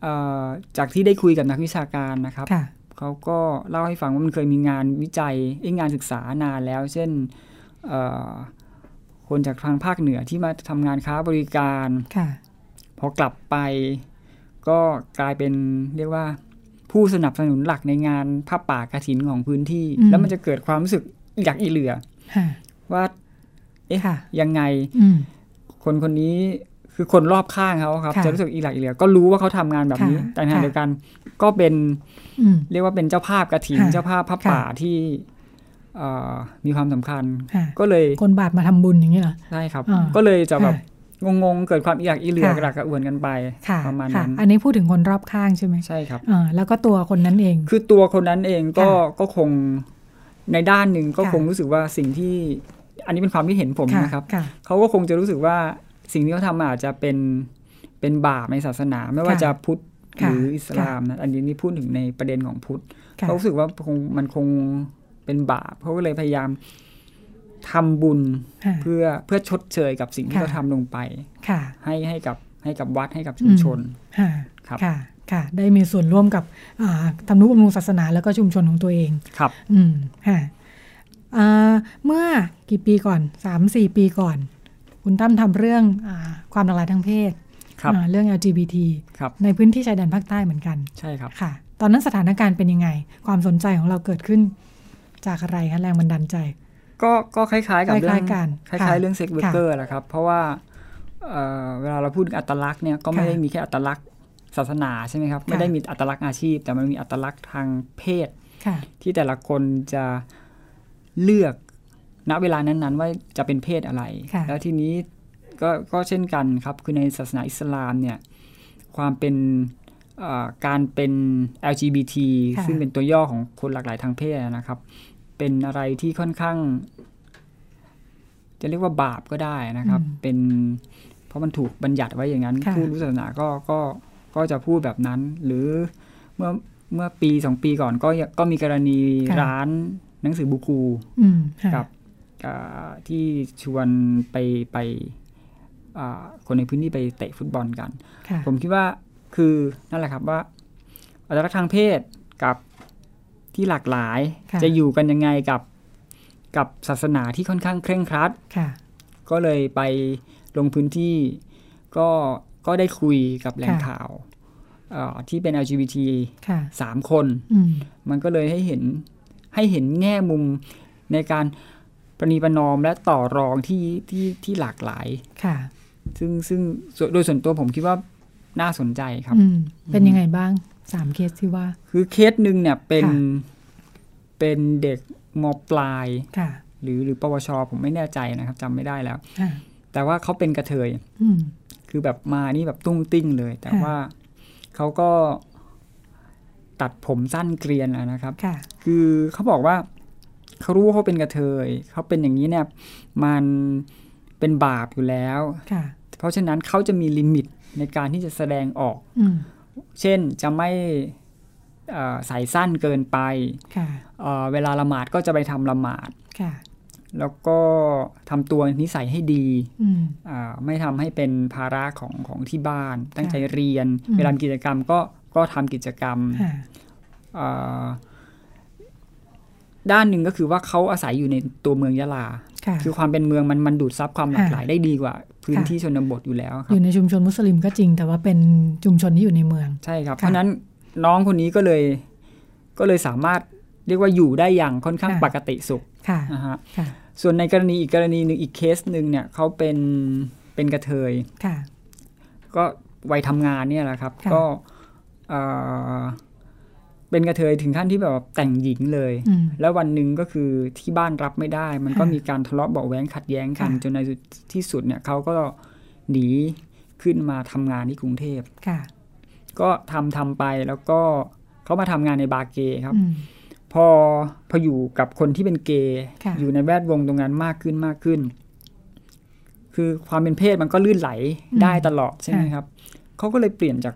[SPEAKER 3] เอ่อจากที่ได้คุยกับนักวิชาการนะครับ
[SPEAKER 2] ค่ะ
[SPEAKER 3] เขาก็เล่าให้ฟังว่ามันเคยมีงานวิจัยเอ้ยงานศึกษานานแล้ว เช่นเอ่อคนจากทางภาคเหนือที่มาทำงานค้าบริการ
[SPEAKER 2] ค่ะ
[SPEAKER 3] พอกลับไปก็กลายเป็นเรียกว่าผู้สนับสนุนหลักในงานผ้าป่ากระถินของพื้นที่
[SPEAKER 2] อืม
[SPEAKER 3] แล้วมันจะเกิดความรู้สึกอีหลักอีเหลือ
[SPEAKER 2] ค่ะ
[SPEAKER 3] ว่า เอ๊ะ
[SPEAKER 2] ค่ะ
[SPEAKER 3] ยังไง
[SPEAKER 2] อืม
[SPEAKER 3] คนคนนี้คือคนรอบข้างเขาครับ
[SPEAKER 2] ค่ะ
[SPEAKER 3] จะรู้สึกอีหลักอีเหลือ ก็รู้ว่าเขาทำงานแบบนี้
[SPEAKER 2] ค่ะ
[SPEAKER 3] แต่ในขณะ
[SPEAKER 2] ค่ะ
[SPEAKER 3] เดียวกันก็เป็น
[SPEAKER 2] อืม
[SPEAKER 3] เรียกว่าเป็นเจ้าภาพกระถิน
[SPEAKER 2] ค่ะ
[SPEAKER 3] เจ้าภาพผ้า
[SPEAKER 2] ค่ะ
[SPEAKER 3] ป่าที่เอ่อมีความสำคัญ
[SPEAKER 2] ค่ะ
[SPEAKER 3] ก็เลย
[SPEAKER 2] คนบาปมาทำบุญอย่างนี้เหรอ
[SPEAKER 3] ใช่ครับ
[SPEAKER 2] อ่า
[SPEAKER 3] ก็เลยจะแบบ
[SPEAKER 2] ค่ะ
[SPEAKER 3] งงๆเกิดความอีหลักอีเหลือ
[SPEAKER 2] ค่ะ
[SPEAKER 3] กระดักกระอ่วนกันไป
[SPEAKER 2] ค่ะ
[SPEAKER 3] ประมาณ
[SPEAKER 2] ค่ะ
[SPEAKER 3] นั้น
[SPEAKER 2] อันนี้พูดถึงคนรอบข้างใช่ไหม
[SPEAKER 3] ใช่ครับ
[SPEAKER 2] อ่าแล้วก็ตัวคนนั้นเอง
[SPEAKER 3] คือตัวคนนั้นเองก็
[SPEAKER 2] ค่ะ
[SPEAKER 3] ก็คงในด้านหนึ่งก็
[SPEAKER 2] ค่ะ
[SPEAKER 3] คงรู้สึกว่าสิ่งที่ อันนี้เป็นความคิดเห็นผมนะครับ
[SPEAKER 2] ค่ะ
[SPEAKER 3] เขาก็คงจะรู้สึกว่าสิ่งที่เขาทำอาจจะเป็นเป็นบาปในศาสนา ไม่ว่า
[SPEAKER 2] ค่ะ
[SPEAKER 3] จะพุทธห
[SPEAKER 2] ค่ะ
[SPEAKER 3] รืออิสลามนะอันนี้นี่พูดถึงในประเด็นของพุทธ
[SPEAKER 2] ค่ะ
[SPEAKER 3] เขารู้สึกว่าคงมันคงเป็นบาปเขาก็เลยพยายามทำบุญ
[SPEAKER 2] ค่ะ
[SPEAKER 3] เพื่อเพื่อชดเชยกับสิ่งที่
[SPEAKER 2] ค่ะ
[SPEAKER 3] เขาทำลงไป
[SPEAKER 2] ค่ะ
[SPEAKER 3] ให้ให้กับให้กับวัดให้กับชุมชน
[SPEAKER 2] ค่ะ
[SPEAKER 3] ครับ
[SPEAKER 2] ค่ะ ค่ะ ได้มีส่วนร่วมกับอ่าทำนุบำรุงศาสนาแล้วก็ชุมชนของตัวเอง
[SPEAKER 3] ครับ
[SPEAKER 2] อืมค่ะอ่าเมื่อกี่ปีก่อนสามสี่ปีก่อน คุณตั้มทำเรื่องอาความหลากหลายทางเพศ
[SPEAKER 3] ครับ
[SPEAKER 2] อ่าเรื่อง LGBT
[SPEAKER 3] ครับ
[SPEAKER 2] ในพื้นที่ชายแดนภาคใต้เหมือนกัน
[SPEAKER 3] ใช่ครับ
[SPEAKER 2] ค่ะ ตอนนั้นสถานการณ์เป็นยังไง ความสนใจของเราเกิดขึ้น จากอะไรคะแรงบันดาลใจ
[SPEAKER 3] ก็ก็คล้ายๆกับเรื่อ
[SPEAKER 2] ค
[SPEAKER 3] ง
[SPEAKER 2] ล้ายๆกัน
[SPEAKER 3] คล้าย
[SPEAKER 2] ค่ะ
[SPEAKER 3] ๆเรื่องเซ็กเวเกอร์แหละครับ เพราะว่าเอ่อเวลาเราพูดถึงอัตลักษณ์เนี่ยก็ไม่
[SPEAKER 2] ค่ะ
[SPEAKER 3] ได้มีแค่อัตลักษณ์ศาสนาใช่ไหมครับ ไม่
[SPEAKER 2] ค่ะ
[SPEAKER 3] ได้มีอัตลักษณ์อาชีพ แต่มันมีอัตลักษณ์ทางเพศ
[SPEAKER 2] ค่ะ
[SPEAKER 3] ที่แต่ละคนจะเลือกณเวลานั้นๆ ว่าจะเป็นเพศอะไร
[SPEAKER 2] ค่ะ
[SPEAKER 3] แล้วทีนี้ก็ก็เช่นกันครับ คือในศาสนาอิสลามเนี่ยความเป็นเอ่อการเป็น LGBT
[SPEAKER 2] ค่ะ
[SPEAKER 3] ซึ่งเป็นตัวย่อของคนหลากหลายทางเพศนะครับ เป็นอะไรที่ค่อนข้าง จะเรียกว่าบาปก็ได้นะครับ
[SPEAKER 2] อืม
[SPEAKER 3] เป็นเพราะมันถูกบัญญัติไว้อย่างนั้น
[SPEAKER 2] ค่ะ
[SPEAKER 3] ผู้รู้ศาสนาก็ก็ก็จะพูดแบบนั้น หรือเมื่อเมื่อปีสองปีก่อนก็ยังก็มีกรณี
[SPEAKER 2] ค่ะ
[SPEAKER 3] ร้านหนังสือบุกู
[SPEAKER 2] อืมค่ะ
[SPEAKER 3] กับอ่าที่ชวนไปไปอ่าคนในพื้นที่ไปเตะฟุตบอลกัน
[SPEAKER 2] ค่ะ
[SPEAKER 3] ผมคิดว่าคือนั่นแหละครับว่าอัตลักษณ์ทางเพศกับที่หลากหลาย
[SPEAKER 2] ค่ะ
[SPEAKER 3] จะอยู่กันยังไงกับกับศาสนาที่ค่อนข้างเคร่งครัด
[SPEAKER 2] ค่ะ
[SPEAKER 3] ก็เลยไปลงพื้นที่ก็ก็ได้คุยกับแหล่ง
[SPEAKER 2] ค่ะ
[SPEAKER 3] ข่าว เอ่อที่เป็น LGBT
[SPEAKER 2] ค่ะ
[SPEAKER 3] สามคน
[SPEAKER 2] อืม
[SPEAKER 3] มันก็เลยให้เห็นให้เห็นแง่มุมในการประนีประนอมและต่อรองที่ที่ที่หลากหลาย
[SPEAKER 2] ค่ะ
[SPEAKER 3] ซึ่งซึ่งส่วนโดยส่วนตัวผมคิดว่าน่าสนใจครับ
[SPEAKER 2] อืมเป็นยังไงบ้างสามเคสที่ว่า
[SPEAKER 3] คือเคสหนึ่งเนี่ยเป็น
[SPEAKER 2] ค่ะ
[SPEAKER 3] เป็นเด็กมปลาย
[SPEAKER 2] ค่ะ
[SPEAKER 3] หรือหรือปวช ผมไม่แน่ใจนะครับจำไม่ได้แล้ว
[SPEAKER 2] อ่า
[SPEAKER 3] แต่ว่าเขาเป็นกระเทย
[SPEAKER 2] อืม
[SPEAKER 3] คือแบบมานี่แบบตุ้งติ้งเลย แต่
[SPEAKER 2] ค่ะ
[SPEAKER 3] ว่าเขาก็ตัดผมสั้นเกรียนอะนะครับ
[SPEAKER 2] ค่ะ
[SPEAKER 3] คือเขาบอกว่าเขารู้ว่าเขาเป็นกระเทยเขาเป็นอย่างนี้เนี่ยมันเป็นบาปอยู่แล้ว
[SPEAKER 2] ค่ะ
[SPEAKER 3] เพราะฉะนั้นเขาจะมีลิมิตในการที่จะแสดงออก
[SPEAKER 2] อืม
[SPEAKER 3] เช่นจะไม่เอ่อใส่สั้นเกินไป
[SPEAKER 2] ค่ะ
[SPEAKER 3] เอ่อเวลาละหมาดก็จะไปทำละหมาด
[SPEAKER 2] ค่ะ
[SPEAKER 3] แล้วก็ทำตัวนิสัยให้ดี
[SPEAKER 2] อืม
[SPEAKER 3] อ่าไม่ทำให้เป็นภาระของของที่บ้าน ตั้งใจเรียน
[SPEAKER 2] อืม
[SPEAKER 3] เวลามีกิจกรรมก็ก็ทำกิจกรรม
[SPEAKER 2] ค่ะ
[SPEAKER 3] เอ่อด้านหนึ่งก็คือว่าเขาอาศัยอยู่ในตัวเมืองยะลา
[SPEAKER 2] ค่ะ
[SPEAKER 3] คือความเป็นเมืองมันมันดูดซับความหลากหลายได้ดีกว่า พื้น
[SPEAKER 2] ค่ะ
[SPEAKER 3] ที่ชนบทอยู่แล้วค
[SPEAKER 2] อ
[SPEAKER 3] รับ
[SPEAKER 2] ยู่ในชุมชนมุสลิมก็จริง แต่ว่าเป็นชุมชนที่อยู่ในเมือง
[SPEAKER 3] ใช่ครับ
[SPEAKER 2] ค่ะ
[SPEAKER 3] เพราะฉะนั้นน้องคนนี้ก็เลย ก็เลยสามารถเรียกว่าอยู่ได้อย่างค่อนข้าง
[SPEAKER 2] ค่ะ
[SPEAKER 3] ปกติสุข
[SPEAKER 2] ค่ะ
[SPEAKER 3] นะฮะ
[SPEAKER 2] ค่ะ
[SPEAKER 3] ส่วนในกรณีอีกกรณีหนึ่งอีกเคสหนึ่งเนี่ยเขาเป็นเป็นกระเทย
[SPEAKER 2] ค่ะ
[SPEAKER 3] ก็วัยทำงานเนี่ยแหละครับ
[SPEAKER 2] ค่ะ
[SPEAKER 3] ก็เอ่อเป็นกระเทยถึงขั้นที่แบบแต่งหญิงเลย
[SPEAKER 2] อืม
[SPEAKER 3] แล้ววันหนึ่งก็คือที่บ้านรับไม่ได้ มันก็
[SPEAKER 2] ค่ะ
[SPEAKER 3] มีการทะเลาะเบาะแว้งขัดแย้งกัน
[SPEAKER 2] ค่ะ
[SPEAKER 3] จนในที่สุดเนี่ยเขาก็หนีขึ้นมาทำงานที่กรุงเทพ
[SPEAKER 2] ค่ะ
[SPEAKER 3] ก็ทำทำไปแล้วก็เขามาทำงานในบาร์เกย์ครับ
[SPEAKER 2] อืม
[SPEAKER 3] พอพออยู่กับคนที่เป็นเกย์
[SPEAKER 2] ค่ะ
[SPEAKER 3] อยู่ในแวดวงตรงนั้นมากขึ้นมากขึ้น คือความเป็นเพศมันก็ลื่นไหลได้ตลอดใช่ไหมครับเขาก็เลยเปลี่ยนจาก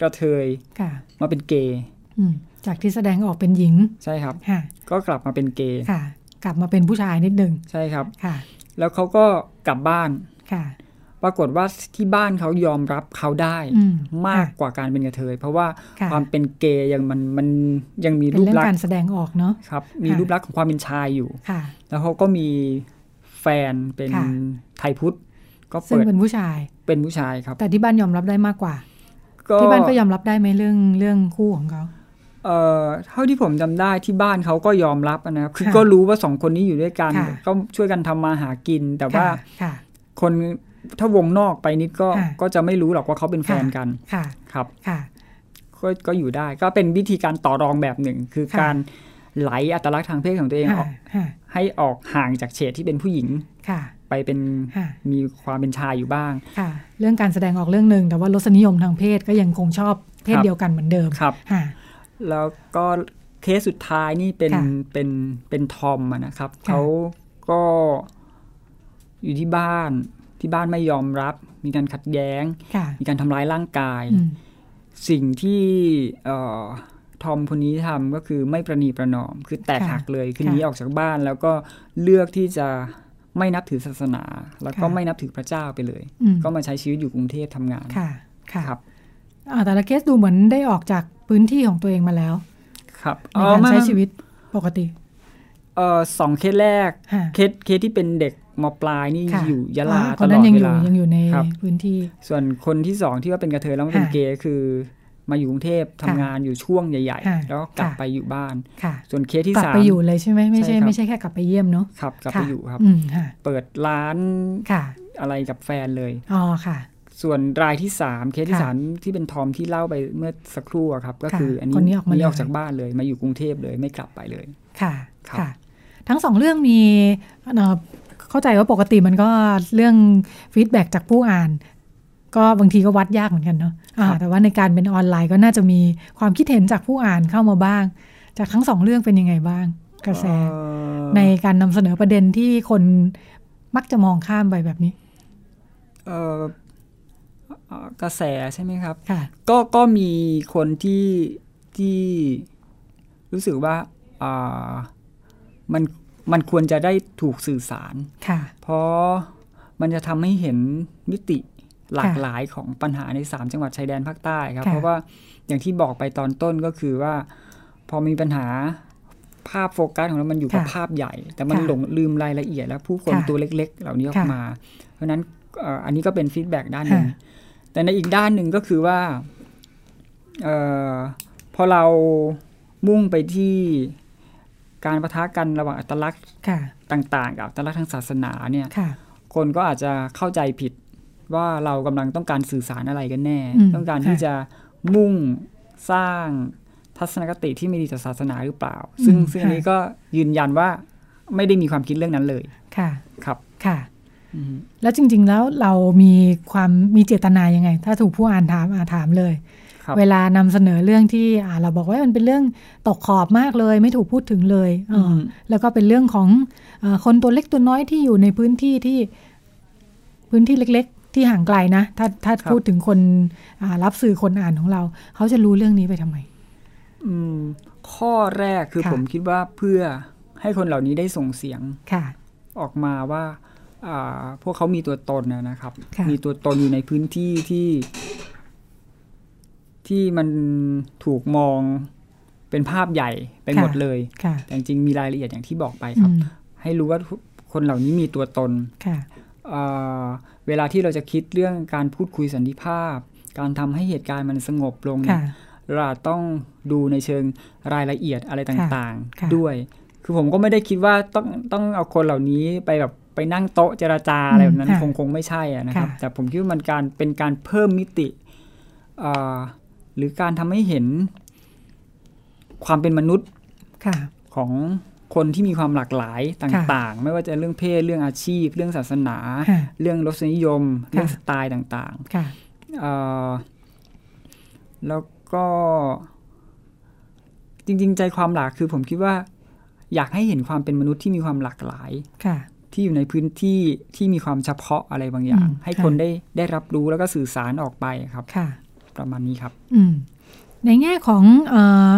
[SPEAKER 3] กระเทย
[SPEAKER 2] ค่ะ
[SPEAKER 3] มาเป็นเกย์
[SPEAKER 2] อืม จากที่แสดงออกเป็นหญิง
[SPEAKER 3] ใช่ครับ
[SPEAKER 2] ค่ะ
[SPEAKER 3] ก็กลับมาเป็นเกย์
[SPEAKER 2] ค่ะ กลับมาเป็นผู้ชายนิดนึง
[SPEAKER 3] ใช่ครับ
[SPEAKER 2] ค่ะ
[SPEAKER 3] แล้วเขาก็กลับบ้าน
[SPEAKER 2] ค่ะ
[SPEAKER 3] ปรากฏว่าที่บ้านเขายอมรับเขาได้
[SPEAKER 2] อืม
[SPEAKER 3] มากกว่าการเป็นกระเทย เพราะว่า
[SPEAKER 2] ค่ะ
[SPEAKER 3] ความเป็นเกย์ยังมันมันยังมี
[SPEAKER 2] เป็น
[SPEAKER 3] รูป
[SPEAKER 2] เรื่อง
[SPEAKER 3] ลัก
[SPEAKER 2] การ
[SPEAKER 3] ษณ์
[SPEAKER 2] แสดงออกเนาะ
[SPEAKER 3] ครับ มี
[SPEAKER 2] ค่ะ
[SPEAKER 3] รูปลักษณ์ของความเป็นชายอยู่
[SPEAKER 2] ค่ะ
[SPEAKER 3] แล้วเขาก็มีแฟนเป็น
[SPEAKER 2] ค่ะ
[SPEAKER 3] ไทยพุทธก็
[SPEAKER 2] ซึ่ง
[SPEAKER 3] เปิด
[SPEAKER 2] เป็นผู้ชาย
[SPEAKER 3] เป็นผู้ชายครับ
[SPEAKER 2] แต่ที่บ้านยอมรับได้มากกว่า ที่บ้านก็ยอมรับได้ไหมเรื่องเรื่องคู่ของเขา
[SPEAKER 3] เอ่อเท่าที่ผมจำได้ที่บ้านเขาก็ยอมรับนะครับคือ
[SPEAKER 2] ค่ะ
[SPEAKER 3] ก็รู้ว่าสองคนนี้อยู่ด้วยกัน
[SPEAKER 2] ค่ะ
[SPEAKER 3] ก็ช่วยกันทำมาหากิน แต่ว่า
[SPEAKER 2] ค่ะ
[SPEAKER 3] คนถ้าวงนอกไปนิดก็
[SPEAKER 2] ค่ะ
[SPEAKER 3] ก็จะไม่รู้หรอกว่าเขาเป็นแฟนกัน
[SPEAKER 2] ค่ะ
[SPEAKER 3] ครับ
[SPEAKER 2] ค่ะ
[SPEAKER 3] ก็ก็อยู่ได้ก็เป็นวิธีการต่อรองแบบหนึ่ง คือ
[SPEAKER 2] ค่ะ
[SPEAKER 3] การไหลอัตลักษณ์ทางเพศของตัวเองอ
[SPEAKER 2] ค่ะ
[SPEAKER 3] อก
[SPEAKER 2] ค่ะ
[SPEAKER 3] ให้ออกห่างจากเฉดที่เป็นผู้หญิง
[SPEAKER 2] ค่ะ
[SPEAKER 3] ไปเป็น
[SPEAKER 2] ค่ะ
[SPEAKER 3] มีความเป็นชายอยู่บ้าง
[SPEAKER 2] ค่ะ เรื่องการแสดงออกเรื่องหนึ่ง แต่ว่ารสนิยมทางเพศก็ยังคงชอบเพศ
[SPEAKER 3] ครับ
[SPEAKER 2] เดียวกันเหมือนเดิม
[SPEAKER 3] ครับ
[SPEAKER 2] ค่ะ
[SPEAKER 3] แล้วก็เคสสุดท้ายนี่เป็น
[SPEAKER 2] ค่ะ
[SPEAKER 3] เป็นเป็นทอมอะนะครับเขาก็อยู่ที่บ้านที่บ้านไม่ยอมรับ มีการขัดแย้ง
[SPEAKER 2] ค่ะ
[SPEAKER 3] มีการทำร้ายร่างกาย
[SPEAKER 2] อืม
[SPEAKER 3] สิ่งที่เอ่อทอมคนนี้ทำก็คือไม่ประนีประนอม คือแตกหักเลยคือหนีออกจากบ้านแล้วก็เลือกที่จะไม่นับถือศาสนา แล้วก็ไม่นับถือพระเจ้าไปเลย
[SPEAKER 2] อืม
[SPEAKER 3] ก็มาใช้ชีวิตอยู่กรุงเทพทำงาน
[SPEAKER 2] ค่ะ ค่ะ
[SPEAKER 3] ครับ
[SPEAKER 2] อ่าแต่ละเคสดูเหมือนได้ออกจากพื้นที่ของตัวเองมาแล้ว
[SPEAKER 3] ครับ
[SPEAKER 2] ในการใช้
[SPEAKER 3] เอ่อ
[SPEAKER 2] ชีวิตปกติ
[SPEAKER 3] เอ่อสองเคสแรก
[SPEAKER 2] ค่ะ
[SPEAKER 3] เคสเคสที่เป็นเด็กมปลายนี่
[SPEAKER 2] ค่ะ
[SPEAKER 3] อยู่ยะลา
[SPEAKER 2] อ่
[SPEAKER 3] ต
[SPEAKER 2] คน
[SPEAKER 3] ล
[SPEAKER 2] นั้
[SPEAKER 3] อด
[SPEAKER 2] นยังอยู่
[SPEAKER 3] เวลา
[SPEAKER 2] ยังอยู่ใน
[SPEAKER 3] ครับ
[SPEAKER 2] พื้นที่
[SPEAKER 3] ส่วนคนที่สองที่ว่าเป็นกระเทยแล้วมาเป็น
[SPEAKER 2] ค่ะ
[SPEAKER 3] เกย์คือ มาอยู่กรุงเทพทำ
[SPEAKER 2] ค่ะ
[SPEAKER 3] งานอยู่ช่วงใหญ่
[SPEAKER 2] ค่ะ
[SPEAKER 3] ๆ แล้วก็กลับ
[SPEAKER 2] ค่ะ
[SPEAKER 3] ไปอยู่บ้าน
[SPEAKER 2] ค่ะ
[SPEAKER 3] ส่วนเคสที่
[SPEAKER 2] กลับ
[SPEAKER 3] สาม
[SPEAKER 2] ไปอยู่เลยใช่ไหมไม่ใช่
[SPEAKER 3] ใช่ครับ
[SPEAKER 2] ไม่ใช่แค่กลับไปเยี่ยมเนาะ
[SPEAKER 3] ครับกลับ
[SPEAKER 2] ค่ะ
[SPEAKER 3] ไปอยู่ครับ
[SPEAKER 2] อืมค่ะ
[SPEAKER 3] เปิดร้าน
[SPEAKER 2] ค่ะ
[SPEAKER 3] อะไรกับแฟนเลย
[SPEAKER 2] อ๋อค่ะ
[SPEAKER 3] ส่วนรายที่สามเคสที่
[SPEAKER 2] ค่ะ
[SPEAKER 3] สามที่เป็นทอมที่เล่าไปเมื่อสักครู่อะครับ ก็
[SPEAKER 2] ค่ะ
[SPEAKER 3] คืออันนี้
[SPEAKER 2] คนนี้ออกมา
[SPEAKER 3] ห
[SPEAKER 2] เลย
[SPEAKER 3] จากบ้านเลยมาอยู่กรุงเทพเลยไม่กลับไปเลย
[SPEAKER 2] ค่ะ
[SPEAKER 3] ครับ
[SPEAKER 2] ค่ะ ทั้งสองเรื่องมีเอ่อเข้าใจว่าปกติมันก็เรื่องฟีดแบ็จากผู้อ่าน ก็บางทีก็วัดยากเหมือนกันเนาะอ่า
[SPEAKER 3] ครับ
[SPEAKER 2] แต่ว่าในการเป็นออนไลน์ก็น่าจะมีความคิดเห็นจากผู้อ่านเข้ามาบ้าง จากทั้งสองเรื่องเป็นยังไงบ้าง กระแส
[SPEAKER 3] เอ่อ
[SPEAKER 2] ในการนำเสนอประเด็นที่คนมักจะมองข้ามไปแบบนี้
[SPEAKER 3] เอ่อเอ่อกระแสใช่ไหมครับ
[SPEAKER 2] ค่ะ
[SPEAKER 3] ก็ก็มีคนที่ที่รู้สึกว่าอ่ามันมันควรจะได้ถูกสื่อสาร
[SPEAKER 2] ค่ะ
[SPEAKER 3] เพราะมันจะทำให้เห็นมิติหลาก
[SPEAKER 2] ค่ะ
[SPEAKER 3] หลายของปัญหาใน 3 จังหวัดชายแดนภาคใต้ครับ
[SPEAKER 2] ค่ะ
[SPEAKER 3] เพราะว่าอย่างที่บอกไปตอนต้นก็คือว่า พอมีปัญหาภาพโฟกัสของเรา มันอยู่กับ
[SPEAKER 2] ค่ะ
[SPEAKER 3] ภาพใหญ่ แต่มัน
[SPEAKER 2] ค่ะ
[SPEAKER 3] หลงลืมรายละเอียด และผู้คน
[SPEAKER 2] ค่ะ
[SPEAKER 3] ตัวเล็ก ๆ เหล่านี้ออ
[SPEAKER 2] ค่ะ
[SPEAKER 3] กมา เพราะฉะนั้นเอ่ออันนี้ก็เป็นฟีดแบ็กด้านหนึ่ง
[SPEAKER 2] ค่ะ
[SPEAKER 3] แต่ในอีกด้านหนึ่งก็คือว่า เออพอเรามุ่งไปที่การประทะกันระหว่างอัตลักษณ์
[SPEAKER 2] ค่ะ
[SPEAKER 3] ต่างๆ กับอัตลักษณ์ทางศาสนาเนี่ย
[SPEAKER 2] ค่ะ
[SPEAKER 3] คนก็อาจจะเข้าใจผิดว่าเรากำลังต้องการสื่อสารอะไรกันแน่
[SPEAKER 2] อืม
[SPEAKER 3] ต้องการ
[SPEAKER 2] ค่ะ
[SPEAKER 3] ที่จะมุ่งสร้างทัศนคติที่ไม่ดีต่อศาสนาหรือเปล่า ซึ่ง
[SPEAKER 2] อืม
[SPEAKER 3] ซึ่งอัน
[SPEAKER 2] ค่ะ
[SPEAKER 3] นี้ก็ยืนยันว่าไม่ได้มีความคิดเรื่องนั้นเลย
[SPEAKER 2] ค่ะ
[SPEAKER 3] ครับ
[SPEAKER 2] ค่ะ
[SPEAKER 3] อืม
[SPEAKER 2] แล้วจริง ๆ แล้วเรามีความมีเจตนายังไง ถ้าถูกผู้อ่านถามอาถามเลย
[SPEAKER 3] ครับ
[SPEAKER 2] เวลานำเสนอเรื่องที่อ่าเราบอกว่ามันเป็นเรื่องตกขอบมากเลย ไม่ถูกพูดถึงเลยเอออแล้วก็เป็นเรื่องของเออคนตัวเล็กตัวน้อยที่อยู่ในพื้นที่ที่พื้นที่เล็ก ๆ ที่ห่างไกลนะ ถ้าถ้า
[SPEAKER 3] ครับ
[SPEAKER 2] พูดถึงคนอ่ารับสื่อคนอ่านของเรา เขาจะรู้เรื่องนี้ไปทำไม
[SPEAKER 3] อืมข้อแรกคือ
[SPEAKER 2] ค่ะ
[SPEAKER 3] ผมคิดว่าเพื่อให้คนเหล่านี้ได้ส่งเสียง
[SPEAKER 2] ค่ะ
[SPEAKER 3] ออกมาว่าอ่าพวกเขามีตัวตนนะนะครับ
[SPEAKER 2] ค่ะ
[SPEAKER 3] มีตัวตนอยู่ในพื้นที่ที่ ที่มันถูกมองเป็นภาพใหญ่ไปหมดเลย
[SPEAKER 2] ค่ะ
[SPEAKER 3] แต่จริงๆมีรายละเอียดอย่างที่บอกไป
[SPEAKER 2] อื
[SPEAKER 3] ครับ
[SPEAKER 2] ม
[SPEAKER 3] ให้รู้ว่าคนเหล่านี้มีตัวตน
[SPEAKER 2] ค่ะ
[SPEAKER 3] เอ่อเวลาที่เราจะคิดเรื่องการพูดคุยสันติภาพ การทำให้เหตุการณ์มันสงบลงเนี่ย
[SPEAKER 2] ค่ะ
[SPEAKER 3] เราอาจต้องดูในเชิงรายละเอียดอะไรต่าง
[SPEAKER 2] ค่ะ
[SPEAKER 3] ๆ ด้วย คือผมก็ไม่ได้คิดว่าต้องต้องเอาคนเหล่านี้ไปแบบไปนั่งโต๊ะเจรจาอะไรแบบนั้นคงคงไม่ใช่อะนะครับ แต่ผมคิดว่ามันการเป็นการเพิ่มมิติเอ่อหรือการทำให้เห็นความเป็นมนุษย์
[SPEAKER 2] ค่ะ
[SPEAKER 3] ของคนที่มีความหลากหลายต่างๆ ไม่ว่าจะเรื่องเพศเรื่องอาชีพ เรื่องศาสนา
[SPEAKER 2] ค่ะ
[SPEAKER 3] เรื่องรสนิยม เรื่อง
[SPEAKER 2] ค่ะ
[SPEAKER 3] สไตล์ต่างๆ
[SPEAKER 2] ค่ะ
[SPEAKER 3] เอ่อแล้วก็จริง ๆ ใจความหลักคือผมคิดว่า อยากให้เห็นความเป็นมนุษย์ที่มีความหลากหลาย
[SPEAKER 2] ค่ะ
[SPEAKER 3] ที่อยู่ในพื้นที่ที่มีความเฉพาะอะไรบางอย่าง
[SPEAKER 2] อืม
[SPEAKER 3] ให้
[SPEAKER 2] ค่ะ
[SPEAKER 3] คนได้ได้รับรู้แล้วก็สื่อสารออกไปครับ
[SPEAKER 2] ค่ะ
[SPEAKER 3] ประมาณนี้ครับ
[SPEAKER 2] อืมในแง่ของเออ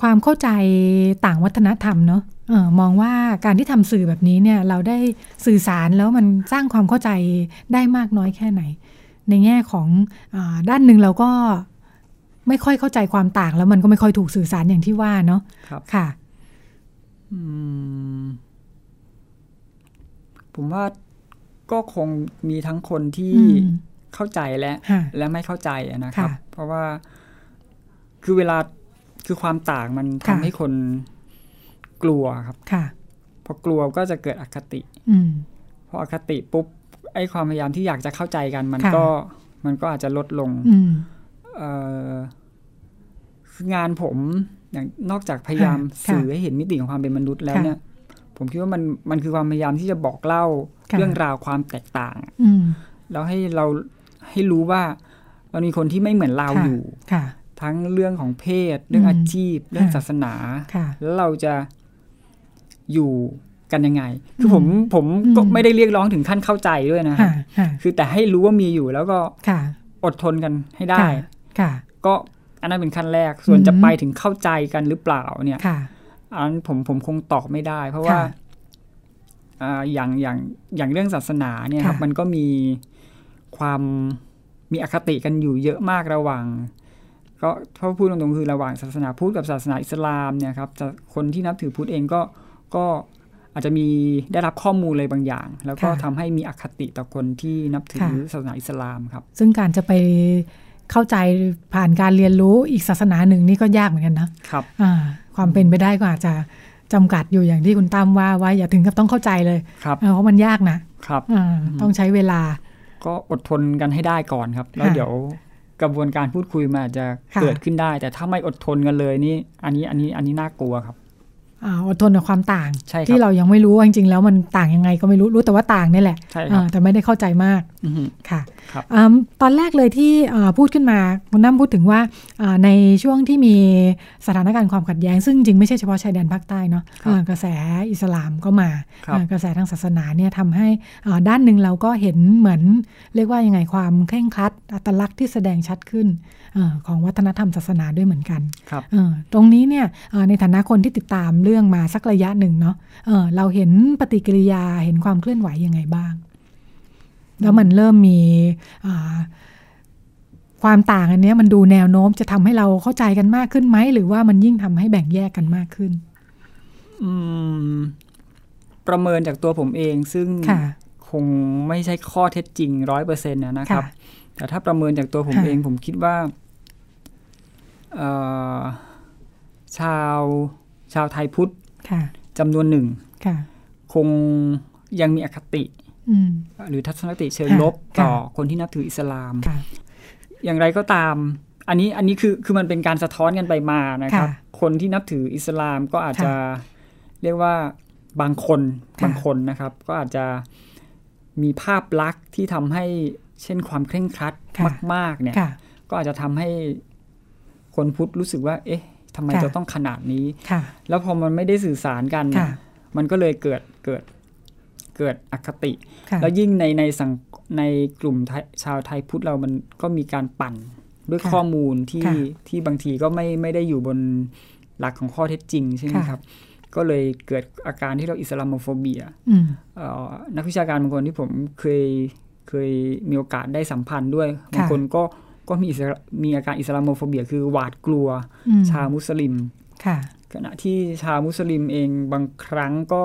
[SPEAKER 2] ความเข้าใจต่างวัฒนธรรมเนอะเออมองว่าการที่ทำสื่อแบบนี้เนี่ย เราได้สื่อสารแล้วมันสร้างความเข้าใจได้มากน้อยแค่ไหน ในแง่ของอาด้านหนึ่งเราก็ไม่ค่อยเข้าใจความต่างแล้วมันก็ไม่ค่อยถูกสื่อสารอย่างที่ว่าเนอะ
[SPEAKER 3] ครับ
[SPEAKER 2] ค่ะ
[SPEAKER 3] อืมผมว่าก็คงมีทั้งคนที่
[SPEAKER 2] อืม
[SPEAKER 3] เข้าใจและ
[SPEAKER 2] ค่ะ
[SPEAKER 3] และไม่เข้าใจอะนะครับ
[SPEAKER 2] ค่ะ
[SPEAKER 3] เพราะว่าคือเวลาคือความต่างมันทำ
[SPEAKER 2] ค่ะ
[SPEAKER 3] ให้คนกลัวครับ
[SPEAKER 2] ค่ะ
[SPEAKER 3] พอกลัวก็จะเกิดอคติ
[SPEAKER 2] อืม
[SPEAKER 3] พออคติปุ๊บไอ้ความพยายามที่อยากจะเข้าใจกัน มัน
[SPEAKER 2] ค่ะ
[SPEAKER 3] ก็มันก็อาจจะลดลง
[SPEAKER 2] อืม
[SPEAKER 3] เอ่อคืองานผมอย่างนอกจากพยายาม
[SPEAKER 2] ค่ะ
[SPEAKER 3] สื่อให้เห็นมิติของความเป็นมนุษย์แล้ว
[SPEAKER 2] ค่ะ
[SPEAKER 3] เนี่ย ผมคิดว่ามันมันคือความพยายามที่จะบอกเล่า
[SPEAKER 2] ค่ะ
[SPEAKER 3] เรื่องราวความแตกต่างอะ
[SPEAKER 2] อืม
[SPEAKER 3] แล้วให้เราให้รู้ว่ามันมีคนที่ไม่เหมือนเรา
[SPEAKER 2] ค่ะ
[SPEAKER 3] อยู่
[SPEAKER 2] ค่ะ
[SPEAKER 3] ทั้งเรื่องของเพศ เรื่องอาชีพ เรื่องศาสนา
[SPEAKER 2] ค่ะ
[SPEAKER 3] แล้วเราจะอยู่กันยังไง คือ
[SPEAKER 2] ม
[SPEAKER 3] ผมผมก็
[SPEAKER 2] อืม
[SPEAKER 3] ไม่ได้เรียกร้องถึงขั้นเข้าใจด้วยนะครั
[SPEAKER 2] ค่ะ
[SPEAKER 3] บ
[SPEAKER 2] ค่ะ
[SPEAKER 3] คือแต่ให้รู้ว่ามีอยู่แล้วก็
[SPEAKER 2] ค่ะ
[SPEAKER 3] อดทนกันให้ได้
[SPEAKER 2] ค่ะ
[SPEAKER 3] ก็อันนั้นเป็นขั้นแรกส่วน
[SPEAKER 2] อืม
[SPEAKER 3] จะไปถึงเข้าใจกันหรือเปล่าเนี่ย
[SPEAKER 2] ค่ะ
[SPEAKER 3] อันนั้นผมผมคงตอบไม่ได้ เพราะว่า
[SPEAKER 2] ค่ะ
[SPEAKER 3] อ่าอย่างอย่างอย่างเรื่องศาสนาเนี่ยครับ
[SPEAKER 2] ค่ะ
[SPEAKER 3] มันก็มีความมีอคติกันอยู่เยอะมากระหว่าง ก็ถ้าพูดตรงๆคือระหว่างศาสนาพุทธกับศาสนาอิสลามเนี่ยครับจะคนที่นับถือพุทธเองก็ก็อาจจะมีได้รับข้อมูลอะไรบางอย่าง แล้วก็ทำให้มีอคติต่อคนที่นับถือศาสนาอิสลามครับ
[SPEAKER 2] ซึ่งการจะไปเข้าใจผ่านการเรียนรู้อีกศาสนาหนึ่งนี่ก็ยากเหมือนกันนะครับอ่าความเป็นไปได้ก็อาจจะจำกัดอยู่อย่างที่คุณตั้มว่าว่าอย่าถึงกับต้องเข้าใจเลย
[SPEAKER 3] ครับ
[SPEAKER 2] เออเพราะมันยากนะครับ อ่าต้องใช้เวลา
[SPEAKER 3] ก็อดทนกันให้ได้ก่อนครับ แล้ว
[SPEAKER 2] ค่ะ
[SPEAKER 3] เดี๋ยวกระบวนการพูดคุยมันอาจจะ
[SPEAKER 2] ค่ะ
[SPEAKER 3] เกิดขึ้นได้ แต่ถ้าไม่อดทนกันเลยนี่ อันนี้อันนี้อันนี้น่ากลัวครับ
[SPEAKER 2] อ่าอดทนกับความต่าง
[SPEAKER 3] ใช่ครับ
[SPEAKER 2] ที่เรายังไม่รู้ว่าจริงๆแล้วมันต่างยังไงก็ไม่รู้รู้แต่ว่าต่างนี่แหละ
[SPEAKER 3] ใช่ครับ
[SPEAKER 2] อ่าแต่ไม่ได้เข้าใจมาก
[SPEAKER 3] อือฮึ
[SPEAKER 2] ค่ะ
[SPEAKER 3] ครับ
[SPEAKER 2] อืมตอนแรกเลยที่เอ่อพูดขึ้นมาคุณน้ำพูดถึงว่าอ่าในช่วงที่มีสถานการณ์ความขัดแย้ง ซึ่งจริงไม่ใช่เฉพาะชายแดนภาคใต้เนาะ
[SPEAKER 3] ครับ
[SPEAKER 2] อ่ากระแสอิสลามก็มา
[SPEAKER 3] ครับ
[SPEAKER 2] อ่ากระแสทางศาสนาเนี่ยทำให้อ่าด้านหนึ่งเราก็เห็นเหมือน เรียกว่ายังไงความเคร่งครัด อัตลักษณ์ที่แสดงชัดขึ้นอาของวัฒนธรรมศาสนาด้วยเหมือนกัน
[SPEAKER 3] ครับ
[SPEAKER 2] เอ่อตรงนี้เนี่ยเอ่อในฐานะคนที่ติดตามเรื่องมาสักระยะหนึ่งเนาะเอ่อเราเห็นปฏิกิริยาเห็นความเคลื่อนไหวยังไงบ้าง แล้วมันเริ่มมีอ่าความต่างอันเนี้ยมันดูแนวโน้มจะทำให้เราเข้าใจกันมากขึ้นไหม หรือว่ามันยิ่งทำให้แบ่งแยกกันมากขึ้น
[SPEAKER 3] อืม ประเมินจากตัวผมเอง ซึ่ง
[SPEAKER 2] ค่ะ
[SPEAKER 3] คงไม่ใช่ข้อเท็จจริงร้อยเปอร์เซ็นต์นะครั
[SPEAKER 2] ค่ะ
[SPEAKER 3] บแต่ถ้าประเมินจากตัวผม
[SPEAKER 2] ค่ะ
[SPEAKER 3] เองผมคิดว่า เอ่อชาวชาวไทยพุทธ
[SPEAKER 2] ค่ะ
[SPEAKER 3] จำนวนหนึ่ง
[SPEAKER 2] ค่ะ
[SPEAKER 3] คงยังมีอคติ
[SPEAKER 2] อืม
[SPEAKER 3] หรือทัศนคติเชิง
[SPEAKER 2] ค่ะ
[SPEAKER 3] ลบต่อ
[SPEAKER 2] ค่ะ
[SPEAKER 3] คนที่นับถืออิสลาม
[SPEAKER 2] ค่ะ
[SPEAKER 3] อย่างไรก็ตาม อันนี้อันนี้คือคือมันเป็นการสะท้อนกันไปมานะครับ
[SPEAKER 2] ค่ะ
[SPEAKER 3] คนที่นับถืออิสลามก็อาจจะ
[SPEAKER 2] ค่ะ
[SPEAKER 3] เรียกว่าบางคน
[SPEAKER 2] ค่ะ
[SPEAKER 3] บางคนนะครับ ก็อาจจะมีภาพลักษณ์ที่ทำให้เช่นความเคร่งครัดมาก ๆ เนี่ย
[SPEAKER 2] ค่ะ
[SPEAKER 3] ก็อาจจะทำให้คนพุทธรู้สึกว่า เอ๊ะทำไม
[SPEAKER 2] ค่ะ
[SPEAKER 3] จะต้องขนาดนี้
[SPEAKER 2] ค่ะ
[SPEAKER 3] แล้วพอมันไม่ได้สื่อสารกันเนี่ย
[SPEAKER 2] ค่ะ
[SPEAKER 3] มันก็เลยเกิดเกิดเกิดอคติ
[SPEAKER 2] ค่ะ
[SPEAKER 3] แล้วยิ่งในในสังในกลุ่มไทยชาวไทยพุทธเรามันก็มีการปั่นด้วย
[SPEAKER 2] ค่ะ
[SPEAKER 3] ข้อมูลที่
[SPEAKER 2] ค่ะ
[SPEAKER 3] ที่บางทีก็ไม่ไม่ได้อยู่บนหลักของข้อเท็จจริงใช่ไหม
[SPEAKER 2] ค่ะ
[SPEAKER 3] ครับ ก็เลยเกิดอาการที่เราอิสลามโฟเบีย
[SPEAKER 2] อืม
[SPEAKER 3] เอ่อนักวิชาการบางคนที่ผมเคยเคยมีโอกาสได้สัมพันธ์ด้วย
[SPEAKER 2] ค่ะ
[SPEAKER 3] บางคนก็ก็มีอิสระมีอาการอิสลามโฟเบีย คือหวาดกลัว
[SPEAKER 2] อืม
[SPEAKER 3] ชาวมุสลิม
[SPEAKER 2] ค่ะ
[SPEAKER 3] ขณะที่ชาวมุสลิมเองบางครั้งก็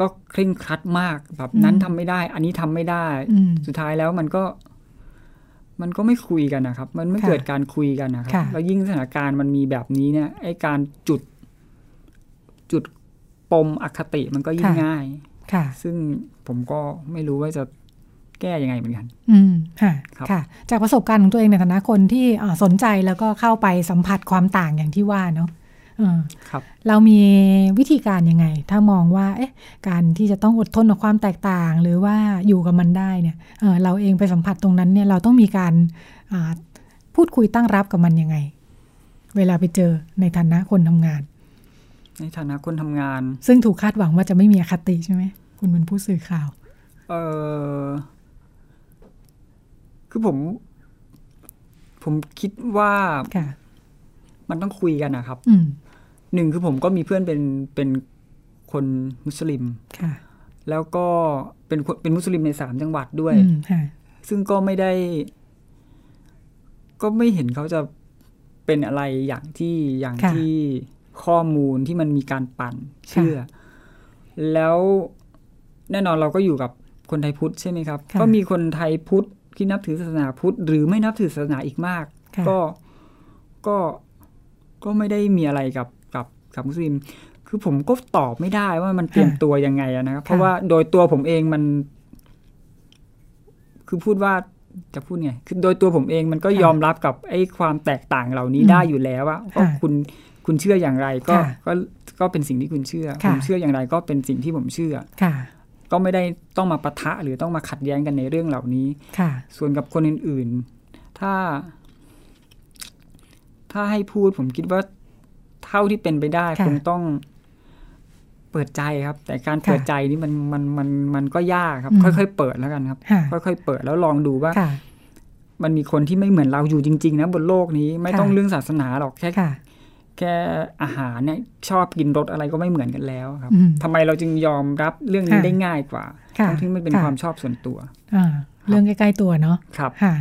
[SPEAKER 3] ก็เคร่งครัดมากแบบ
[SPEAKER 2] อืม
[SPEAKER 3] นั้นทำไม่ได้ อันนี้ทำไม่ได้
[SPEAKER 2] อืม
[SPEAKER 3] สุดท้ายแล้วมันก็ มันก็ไม่คุยกันนะครับ มันไม่
[SPEAKER 2] ค่ะ
[SPEAKER 3] เกิดการคุยกันนะครับ
[SPEAKER 2] ค่ะ
[SPEAKER 3] แล้วยิ่งสถานการณ์มันมีแบบนี้เนี่ยไอ้การจุด จุดปมอคติมันก็ยิ่งง่าย
[SPEAKER 2] ค่ะ
[SPEAKER 3] ซึ่งผมก็ไม่รู้ว่าจะแก้ยังไงเหมือนกัน
[SPEAKER 2] อืมค่ะ
[SPEAKER 3] ครับ
[SPEAKER 2] ค่ะ จากประสบการณ์ของตัวเองในฐานะคนที่อ่าสนใจแล้วก็เข้าไปสัมผัสความต่างอย่างที่ว่าเนาะเออ
[SPEAKER 3] ครับ
[SPEAKER 2] เรามีวิธีการยังไง ถ้ามองว่า เอ๊ะ การที่จะต้องอดทนกับความแตกต่าง หรือว่าอยู่กับมันได้เนี่ยเออเราเองไปสัมผัสตรงนั้นเนี่ยเราต้องมีการอ่าพูดคุยตั้งรับกับมันยังไง เวลาไปเจอในฐานะคนทำงาน
[SPEAKER 3] ในฐานะคนทำงาน
[SPEAKER 2] ซึ่งถูกคาดหวังว่าจะไม่มีอคติใช่ไหมคุณเป็นผู้สื่อข่าว
[SPEAKER 3] เออคือผม ผมคิดว่า
[SPEAKER 2] ค่ะ
[SPEAKER 3] มันต้องคุยกันนะครับ
[SPEAKER 2] อืม
[SPEAKER 3] หนึ่งคือผมก็มีเพื่อนเป็นเป็นคนมุสลิม
[SPEAKER 2] ค่ะ
[SPEAKER 3] แล้วก็เป็นคนเป็นมุสลิมในสามจังหวัดด้วย
[SPEAKER 2] อืมค่ะ
[SPEAKER 3] ซึ่งก็ไม่ได้ ก็ไม่เห็นเขาจะเป็นอะไรอย่างที่อย่าง
[SPEAKER 2] ค่ะ
[SPEAKER 3] ที่ข้อมูลที่มันมีการปั่นเชื่อ แล้วแน่นอนเราก็อยู่กับคนไทยพุทธใช่ไหมครับ
[SPEAKER 2] ค่ะ
[SPEAKER 3] ก็มีคนไทยพุทธที่นับถือศาสนาพุทธ หรือไม่นับถือศาสนาอีกมาก
[SPEAKER 2] ค่ะ
[SPEAKER 3] ก็ก็ก็ไม่ได้มีอะไรกับกับกับมุสลิม คือผมก็ตอบไม่ได้ว่ามันเตรียมตัวยังไงอะนะครับ เพราะว่าโดยตัวผมเองมัน คือพูดว่าจะพูดไง คือโดยตัวผมเองมันก็
[SPEAKER 2] ค่ะ
[SPEAKER 3] ยอมรับกับไอ้ความแตกต่างเหล่านี้
[SPEAKER 2] อืม
[SPEAKER 3] ได้อยู่แล้วอะก็
[SPEAKER 2] ค่ะ
[SPEAKER 3] คุณคุณเชื่ออย่างไร ก็
[SPEAKER 2] ค่ะ
[SPEAKER 3] ก็ก็เป็นสิ่งที่คุณเชื่อ
[SPEAKER 2] ค่ะ
[SPEAKER 3] ผมเชื่ออย่างไร ก็เป็นสิ่งที่ผมเชื่อ
[SPEAKER 2] ค่ะ
[SPEAKER 3] ก็ไม่ได้ต้องมาปะทะหรือต้องมาขัดแย้งกันในเรื่องเหล่านี้
[SPEAKER 2] ค่ะ
[SPEAKER 3] ส่วนกับคนอื่นๆ ถ้า ถ้าให้พูดผมคิดว่าเท่าที่เป็นไปได้
[SPEAKER 2] ค่ะ
[SPEAKER 3] คงต้องเปิดใจครับ แต่การเปิด
[SPEAKER 2] ค่ะ
[SPEAKER 3] ใจนี่มันมันมันมันก็ยากครับ
[SPEAKER 2] อืม
[SPEAKER 3] ค่อย ๆ เปิดแล้วกันครับ
[SPEAKER 2] ค่ะ
[SPEAKER 3] ค่อยๆเปิดแล้วลองดูว่า
[SPEAKER 2] ค่ะ
[SPEAKER 3] มันมีคนที่ไม่เหมือนเราอยู่จริง ๆ นะบนโลกนี้ไม่
[SPEAKER 2] ค่ะ
[SPEAKER 3] ต้องเรื่องศาสนาหรอกแค่
[SPEAKER 2] ค่ะ
[SPEAKER 3] แค่อาหารเนี่ยชอบกินรสอะไรก็ไม่เหมือนกันแล้วครับ
[SPEAKER 2] อืม
[SPEAKER 3] ทำไมเราจึงยอมรับเรื่องนี้
[SPEAKER 2] ค่ะ
[SPEAKER 3] ได้ง่ายกว่า
[SPEAKER 2] ค่ะ
[SPEAKER 3] ทั้งที่มันเป็น
[SPEAKER 2] ค่ะ
[SPEAKER 3] ความชอบส่วนตัว
[SPEAKER 2] อ่า เรื่องใกล้ๆตัวเนาะ
[SPEAKER 3] ครับ
[SPEAKER 2] ค่ะ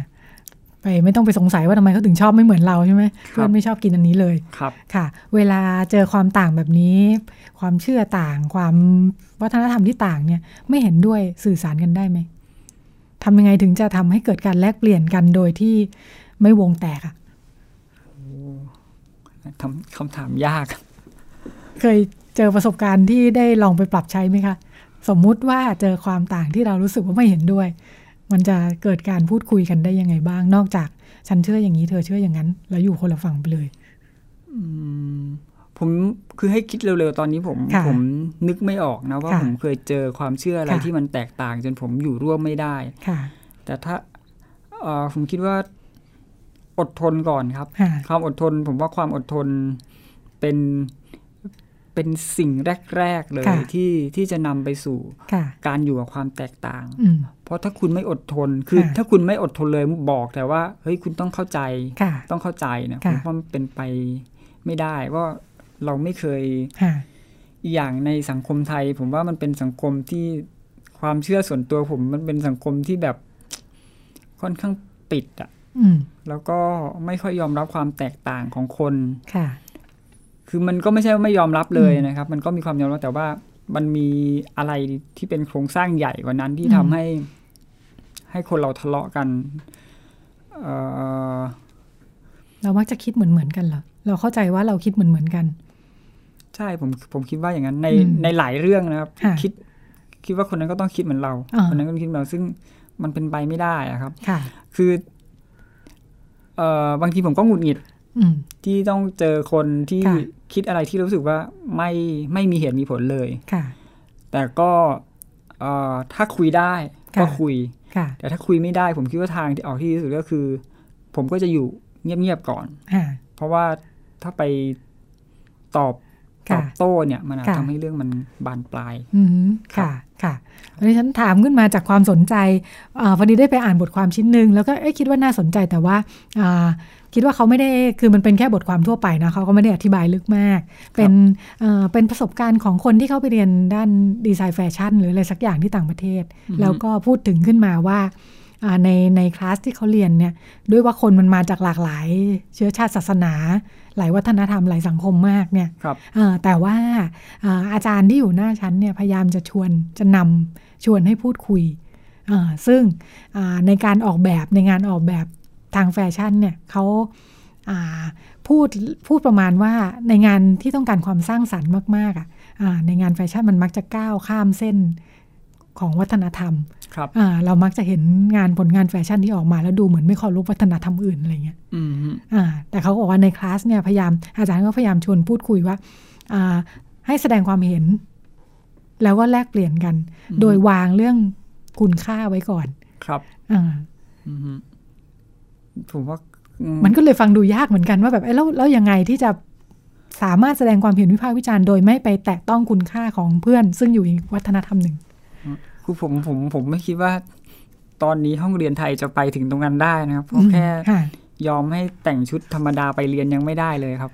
[SPEAKER 2] ไปไม่ต้องไปสงสัยว่าทำไมเขาถึงชอบไม่เหมือนเราใช่ไหม
[SPEAKER 3] ครับ
[SPEAKER 2] เพื่อนไม่ชอบกินอันนี้เลย
[SPEAKER 3] ครับ
[SPEAKER 2] ค่ะ เวลาเจอความต่างแบบนี้ ความเชื่อต่าง ความวัฒนธรรมที่ต่างเนี่ย ไม่เห็นด้วยสื่อสารกันได้ไหมทำยังไงถึงจะทำให้เกิดการแลกเปลี่ยนกันโดยที่ไม่วงแตกอะ
[SPEAKER 3] ทำคำถามยาก
[SPEAKER 2] เคยเจอประสบการณ์ที่ได้ลองไปปรับใช้ไหมคะ สมมุติว่าเจอความต่างที่เรารู้สึกว่าไม่เห็นด้วย มันจะเกิดการพูดคุยกันได้ยังไงบ้าง นอกจากฉันเชื่ออย่างนี้เธอเชื่ออย่างนั้น แล้วอยู่คนละฝั่งไปเลย
[SPEAKER 3] อืมผมคือให้คิดเร็วๆ ตอนนี้ผม
[SPEAKER 2] ค่ะ
[SPEAKER 3] ผมนึกไม่ออกนะว่า
[SPEAKER 2] ค่ะ
[SPEAKER 3] ผมเคยเจอความเชื่ออะไร
[SPEAKER 2] ค่ะ
[SPEAKER 3] ที่มันแตกต่าง จนผมอยู่ร่วมไม่ได้
[SPEAKER 2] ค่ะ
[SPEAKER 3] แต่ถ้าเอ่อผมคิดว่าอดทนก่อนครับ
[SPEAKER 2] ค่ะ
[SPEAKER 3] ความอดทน ผมว่าความอดทนเป็นเป็นสิ่งแรกๆเลย
[SPEAKER 2] ค่ะ
[SPEAKER 3] ที่ที่จะนำไปสู่
[SPEAKER 2] ค่ะ
[SPEAKER 3] การอยู่กับความแตกต่าง
[SPEAKER 2] อืม
[SPEAKER 3] เพราะถ้าคุณไม่อดทนคือ
[SPEAKER 2] ค่ะ
[SPEAKER 3] ถ้าคุณไม่อดทนเลยบอกแต่ว่าเฮ้ยคุณต้องเข้าใจ
[SPEAKER 2] ค่ะ
[SPEAKER 3] ต้องเข้าใจนะผ
[SPEAKER 2] ค่ะ
[SPEAKER 3] มว่ามันเป็นไปไม่ได้ว่าเราไม่เคย
[SPEAKER 2] ค่ะ
[SPEAKER 3] อีกอย่างในสังคมไทย ผมว่ามันเป็นสังคมที่ความเชื่อส่วนตัวผมมันเป็นสังคมที่แบบ ค่อนข้างปิดอะ
[SPEAKER 2] อืม
[SPEAKER 3] แล้วก็ไม่ค่อยยอมรับความแตกต่างของคน
[SPEAKER 2] ค่ะ
[SPEAKER 3] คือมันก็ไม่ใช่ว่าไม่ยอมรับเลยนะครับ มันก็มีความยอมรับแต่ว่ามันมีอะไรที่เป็นโครงสร้างใหญ่กว่านั้นที่
[SPEAKER 2] อืม
[SPEAKER 3] ทำให้ ให้คนเราทะเลาะกันเอ่อ
[SPEAKER 2] เรามักจะคิดเหมือนเหมือนๆกันเหรอเราเข้าใจว่าเราคิดเหมือนเหมือนๆกัน
[SPEAKER 3] ใช่ผมผมคิดว่าอย่างนั้นใน
[SPEAKER 2] อืม
[SPEAKER 3] ในหลายเรื่องนะครับ
[SPEAKER 2] ค่ะ
[SPEAKER 3] คิดคิดว่าคนนั้นก็ต้องคิดเหมือนเรา
[SPEAKER 2] อ่า
[SPEAKER 3] คนนั้นก็ต้องคิดเหมือนเราซึ่งมันเป็นไปไม่ได้อะครับ
[SPEAKER 2] ค่ะ
[SPEAKER 3] คือเอ่อบางทีผมก็หงุดหงิด
[SPEAKER 2] อืม
[SPEAKER 3] ที่ต้องเจอคนที่
[SPEAKER 2] ค่ะ
[SPEAKER 3] คิดอะไรที่รู้สึกว่าไม่ไม่มีเหตุมีผลเลย
[SPEAKER 2] ค่ะ
[SPEAKER 3] แต่ก็เอ่อถ้าคุยได้ก็
[SPEAKER 2] ค่ะ
[SPEAKER 3] คุย
[SPEAKER 2] ค่ะ
[SPEAKER 3] แต่ถ้าคุยไม่ได้ผมคิดว่าทางที่ออกที่ดีที่สุดก็คือ ผมก็จะอยู่เงียบๆก่อน
[SPEAKER 2] อ่า
[SPEAKER 3] เพราะว่าถ้าไปตอบต
[SPEAKER 2] ค่ะ
[SPEAKER 3] อบโต้เนี่ย มันอาจ
[SPEAKER 2] ค่ะ
[SPEAKER 3] ทำให้เรื่องมันบานปลาย
[SPEAKER 2] อืม
[SPEAKER 3] ครับ
[SPEAKER 2] ค่ะค่ะวันนี้ฉันถามขึ้นมาจากความสนใจอาพอดีได้ไปอ่านบทความชิ้นหนึ่งแล้วก็เอ๊ะคิดว่าน่าสนใจแต่ว่าอ่า คิดว่าเขาไม่ได้คือมันเป็นแค่บทความทั่วไปนะเขาก็ไม่ได้อธิบายลึกมาก เป็นเอ่อเป็นประสบการณ์ของคนที่เขาไปเรียนด้านดีไซน์แฟชั่นหรืออะไรสักอย่างที่ต่างประเทศ แล้วก็พูดถึงขึ้นมาว่าอ่าในในคลาสที่เขาเรียนเนี่ยด้วยว่าคนมันมาจากหลากหลาย เชื้อชาติศาสนา หลายวัฒนธรรมหลายสังคมมากเนี่ย
[SPEAKER 3] ครับ
[SPEAKER 2] เอ่อแต่ว่าเอ่ออาจารย์ที่อยู่หน้าชั้นเนี่ยพยายามจะชวนจะนำชวนให้พูดคุยเอ่อซึ่งอ่าในการออกแบบในงานออกแบบทางแฟชั่นเนี่ยเขาอ่าพูดพูดประมาณว่าในงานที่ต้องการความสร้างสรรค์มากๆอ่ะอ่าในงานแฟชั่นมันมักจะก้าวข้ามเส้นของวัฒนธรรม
[SPEAKER 3] ครับ
[SPEAKER 2] อ่าเรามักจะเห็นงานผลงานแฟชั่นที่ออกมาแล้วดูเหมือนไม่เคารพวัฒนธรรมอื่นอะไรเงี้ย
[SPEAKER 3] อืมฮึ
[SPEAKER 2] อ่าแต่เขาก็บอกว่าในคลาสเนี่ยพยายามอาจารย์ก็พยายามชวนพูดคุยว่าอ่าให้แสดงความเห็น แล้วก็แลกเปลี่ยนกัน โดยวางเรื่องคุณค่าไว้ก่อน
[SPEAKER 3] ครับ
[SPEAKER 2] อ่า
[SPEAKER 3] อืมฮึผมว่าอื
[SPEAKER 2] มันก็เลยฟังดูยากเหมือนกันว่าแบบเอ้ยแล้วแล้วยังไงที่จะสามารถแสดงความเห็นวิพากษ์วิจารณ์โดยไม่ไปแตะต้องคุณค่าของเพื่อน ซึ่งอยู่อีกวัฒนธรรมหนึ่ง
[SPEAKER 3] คือผมผมผมไม่คิดว่า ตอนนี้ห้องเรียนไทยจะไปถึงตรงนั้นได้นะครับเพราะแค่
[SPEAKER 2] ค่ะ
[SPEAKER 3] ยอมให้แต่งชุดธรรมดาไปเรียนยังไม่ได้เลยครับ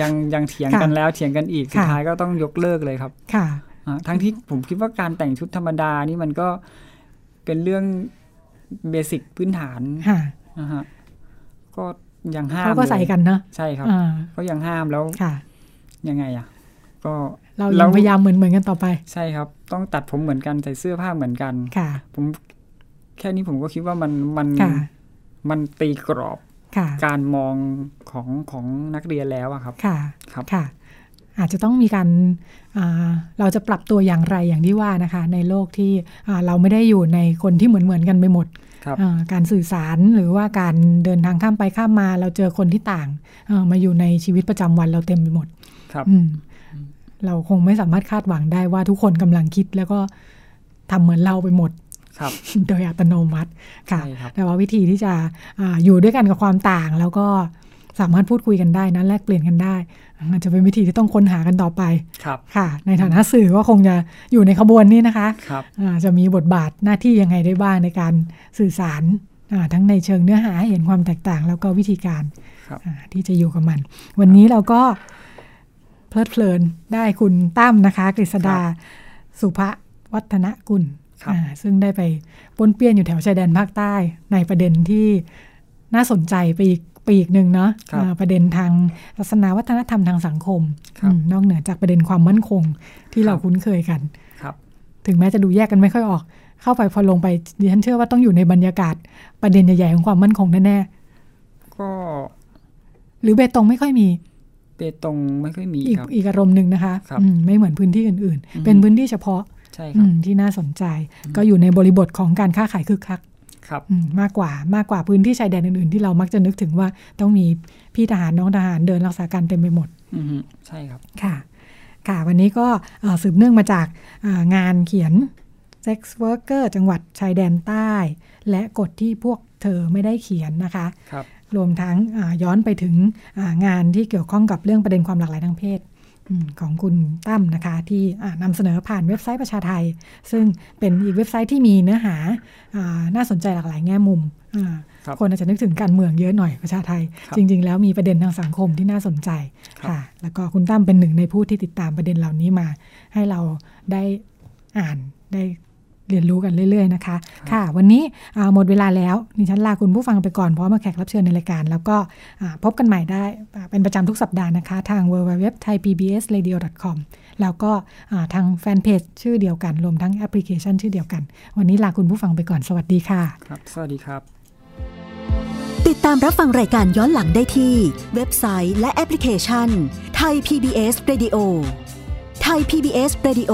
[SPEAKER 3] ยังยังเถียง
[SPEAKER 2] ค่ะ
[SPEAKER 3] กันแล้วเถียงกันอีกสุด
[SPEAKER 2] ค่ะ
[SPEAKER 3] ท้ายก็ต้องยกเลิกเลยครับ
[SPEAKER 2] ค่ะ
[SPEAKER 3] อ่าทั้งที่ผมคิดว่าการแต่งชุดธรรมดานี่มันก็เป็นเรื่องเบสิกพื้นฐาน
[SPEAKER 2] ค่ะ
[SPEAKER 3] นะฮะก็ยังห้าม
[SPEAKER 2] เขาก็ใส่กันเนาะ
[SPEAKER 3] ใช่ครับ
[SPEAKER 2] อ่า
[SPEAKER 3] ก็ยังห้ามแล้ว
[SPEAKER 2] ค่ะ
[SPEAKER 3] ยังไงอ่ะ ก็
[SPEAKER 2] เรา
[SPEAKER 3] แล้
[SPEAKER 2] ยัง
[SPEAKER 3] ว
[SPEAKER 2] พยายามเหมือนเหมือนกันต่อไป
[SPEAKER 3] ใช่ครับ ต้องตัดผมเหมือนกันใส่เสื้อผ้าเหมือนกัน
[SPEAKER 2] ค่ะ
[SPEAKER 3] ผมแค่นี้ผมก็คิดว่ามันมัน
[SPEAKER 2] ค่ะ
[SPEAKER 3] มันตีกรอบ
[SPEAKER 2] ค่ะ
[SPEAKER 3] การมองของของนักเรียนแล้วอะครับ
[SPEAKER 2] ค่ะ
[SPEAKER 3] ครับ
[SPEAKER 2] ค่ะ อาจจะต้องมีการอ่าเราจะปรับตัวอย่างไรอย่างที่ว่านะคะ ในโลกที่อ่าเราไม่ได้อยู่ในคนที่เหมือนเหมือนๆกันไปหมด
[SPEAKER 3] ครับ
[SPEAKER 2] อ่าการสื่อสารหรือว่าการเดินทางข้ามไปข้ามมา เราเจอคนที่ต่างเอ่อมาอยู่ในชีวิตประจำวันเราเต็มไปหมด
[SPEAKER 3] ครับ
[SPEAKER 2] อืมเราคงไม่สามารถคาดหวังได้ว่าทุกคนกำลังคิดแล้วก็ทำเหมือนเราไปหมด
[SPEAKER 3] ครับ
[SPEAKER 2] โดยอัตโนมัติค่ะ
[SPEAKER 3] ใช่ครับ
[SPEAKER 2] แต่ว่าวิธีที่จะอาอยู่ด้วยกันกับความต่าง แล้วก็สามารถพูดคุยกันได้นะแลกเปลี่ยนกันได้อาจจะเป็นวิธีที่ต้องค้นหากันต่อไป
[SPEAKER 3] ครับ
[SPEAKER 2] ค่ะ ในฐานะสื่อก็คงจะอยู่ในขบวนนี้นะคะ
[SPEAKER 3] ครับ
[SPEAKER 2] อ่าจะมีบทบาทหน้าที่ยังไงได้บ้างในการสื่อสารอ่าทั้งในเชิงเนื้อหาให้เห็นความแตกต่าง แล้วก็วิธีการ
[SPEAKER 3] ครับ
[SPEAKER 2] อ่าที่จะอยู่กับมัน วันนี้เราก็เพลิดเพลินได้คุณตั้มนะคะ กฤษดาสุภวัฒนกุล
[SPEAKER 3] ครับ
[SPEAKER 2] อ่าซึ่งได้ไปปนเปี้ยนอยู่แถวชายแดนภาคใต้ในประเด็นที่น่าสนใจไปอีกปีกหนึ่งเนาะ
[SPEAKER 3] ครับ
[SPEAKER 2] อ่าประเด็นทางศาสนาวัฒนธรรมทางสังคม
[SPEAKER 3] ครับ
[SPEAKER 2] อืมนอกเหนือจากประเด็นความมั่นคงที่
[SPEAKER 3] ครับ
[SPEAKER 2] เราคุ้นเคยกัน
[SPEAKER 3] ครับ
[SPEAKER 2] ถึงแม้จะดูแยกกันไม่ค่อยออก เข้าไปพอลงไปดิฉันเชื่อว่าต้องอยู่ในบรรยากาศประเด็นใหญ่ๆของความมั่นคงแน่
[SPEAKER 3] ก็
[SPEAKER 2] ๆหรือเบตงไม่ค่อยมี
[SPEAKER 3] เปตงไม่ค่อยมี
[SPEAKER 2] อีก
[SPEAKER 3] ครับ
[SPEAKER 2] อีกอารมณ์หนึ่งนะคะ
[SPEAKER 3] ครับ
[SPEAKER 2] อืมไม่เหมือนพื้นที่อื่น
[SPEAKER 3] อื
[SPEAKER 2] ๆ
[SPEAKER 3] ม
[SPEAKER 2] เป็นพื้นที่เฉพาะ
[SPEAKER 3] ใช่ค
[SPEAKER 2] อื
[SPEAKER 3] รับ
[SPEAKER 2] มที่น่าสนใจ ก็อยู่ในบริบทของการค้าขายคึกคัก
[SPEAKER 3] ครับ
[SPEAKER 2] อืมมากกว่ามากกว่าพื้นที่ชายแดนอื่นๆ ที่เรามักจะนึกถึงว่าต้องมีพี่ทหารน้องทหารเดินรักษาการเต็มไปหมด
[SPEAKER 3] อือฮึใช่ครับ
[SPEAKER 2] ค่ะ ค่ะ วันนี้ก็เอ่อสืบเนื่องมาจากเอ่องานเขียน Sex Worker จังหวัดชายแดนใต้ และกฎที่พวกเธอไม่ได้เขียนนะคะ
[SPEAKER 3] ครับ
[SPEAKER 2] รวมทั้งอ่าย้อนไปถึงอ่างานที่เกี่ยวข้องกับเรื่องประเด็นความหลากหลายทางเพศอืมของคุณตั้มนะคะ ที่อ่านำเสนอผ่านเว็บไซต์ประชาไทย ซึ่งเป็นอีกเว็บไซต์ที่มีเนื้อหาอ่าน่าสนใจหลากหลายแง่มุมอ่า
[SPEAKER 3] ครับ
[SPEAKER 2] คนอาจจะนึกถึงการเมืองเยอะหน่อยประชาไทย
[SPEAKER 3] ครับ
[SPEAKER 2] จริง ๆ แล้วมีประเด็นทางสังคมที่น่าสนใจ
[SPEAKER 3] ครับ
[SPEAKER 2] ค่ะ แล้วก็คุณตั้มเป็นหนึ่งในผู้ที่ติดตามประเด็นเหล่านี้มา ให้เราได้อ่านได้เรียนรู้กันเรื่อย ๆ นะคะ ค่ะ วันนี้อ่าหมดเวลาแล้วดิฉันลาคุณผู้ฟังไปก่อนพร้อมกับแขกรับเชิญในรายการ แล้วก็อ่าพบกันใหม่ได้อ่าเป็นประจำทุกสัปดาห์นะคะ ทาง www.thaipbsradio.com แล้วก็อ่าทางแฟนเพจชื่อเดียวกัน รวมทั้งแอปพลิเคชันชื่อเดียวกัน วันนี้ลาคุณผู้ฟังไปก่อนสวัสดีค่ะ
[SPEAKER 3] ครับ สวัสดีครับ
[SPEAKER 4] ติด ดตามรับฟังรายการย้อนหลังได้ที่ เว็บไซต์และแอปพลิเคชันไทย PBS Radio ไทย PBS Radio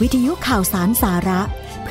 [SPEAKER 4] วิทยุข่าวสารสาระ เพ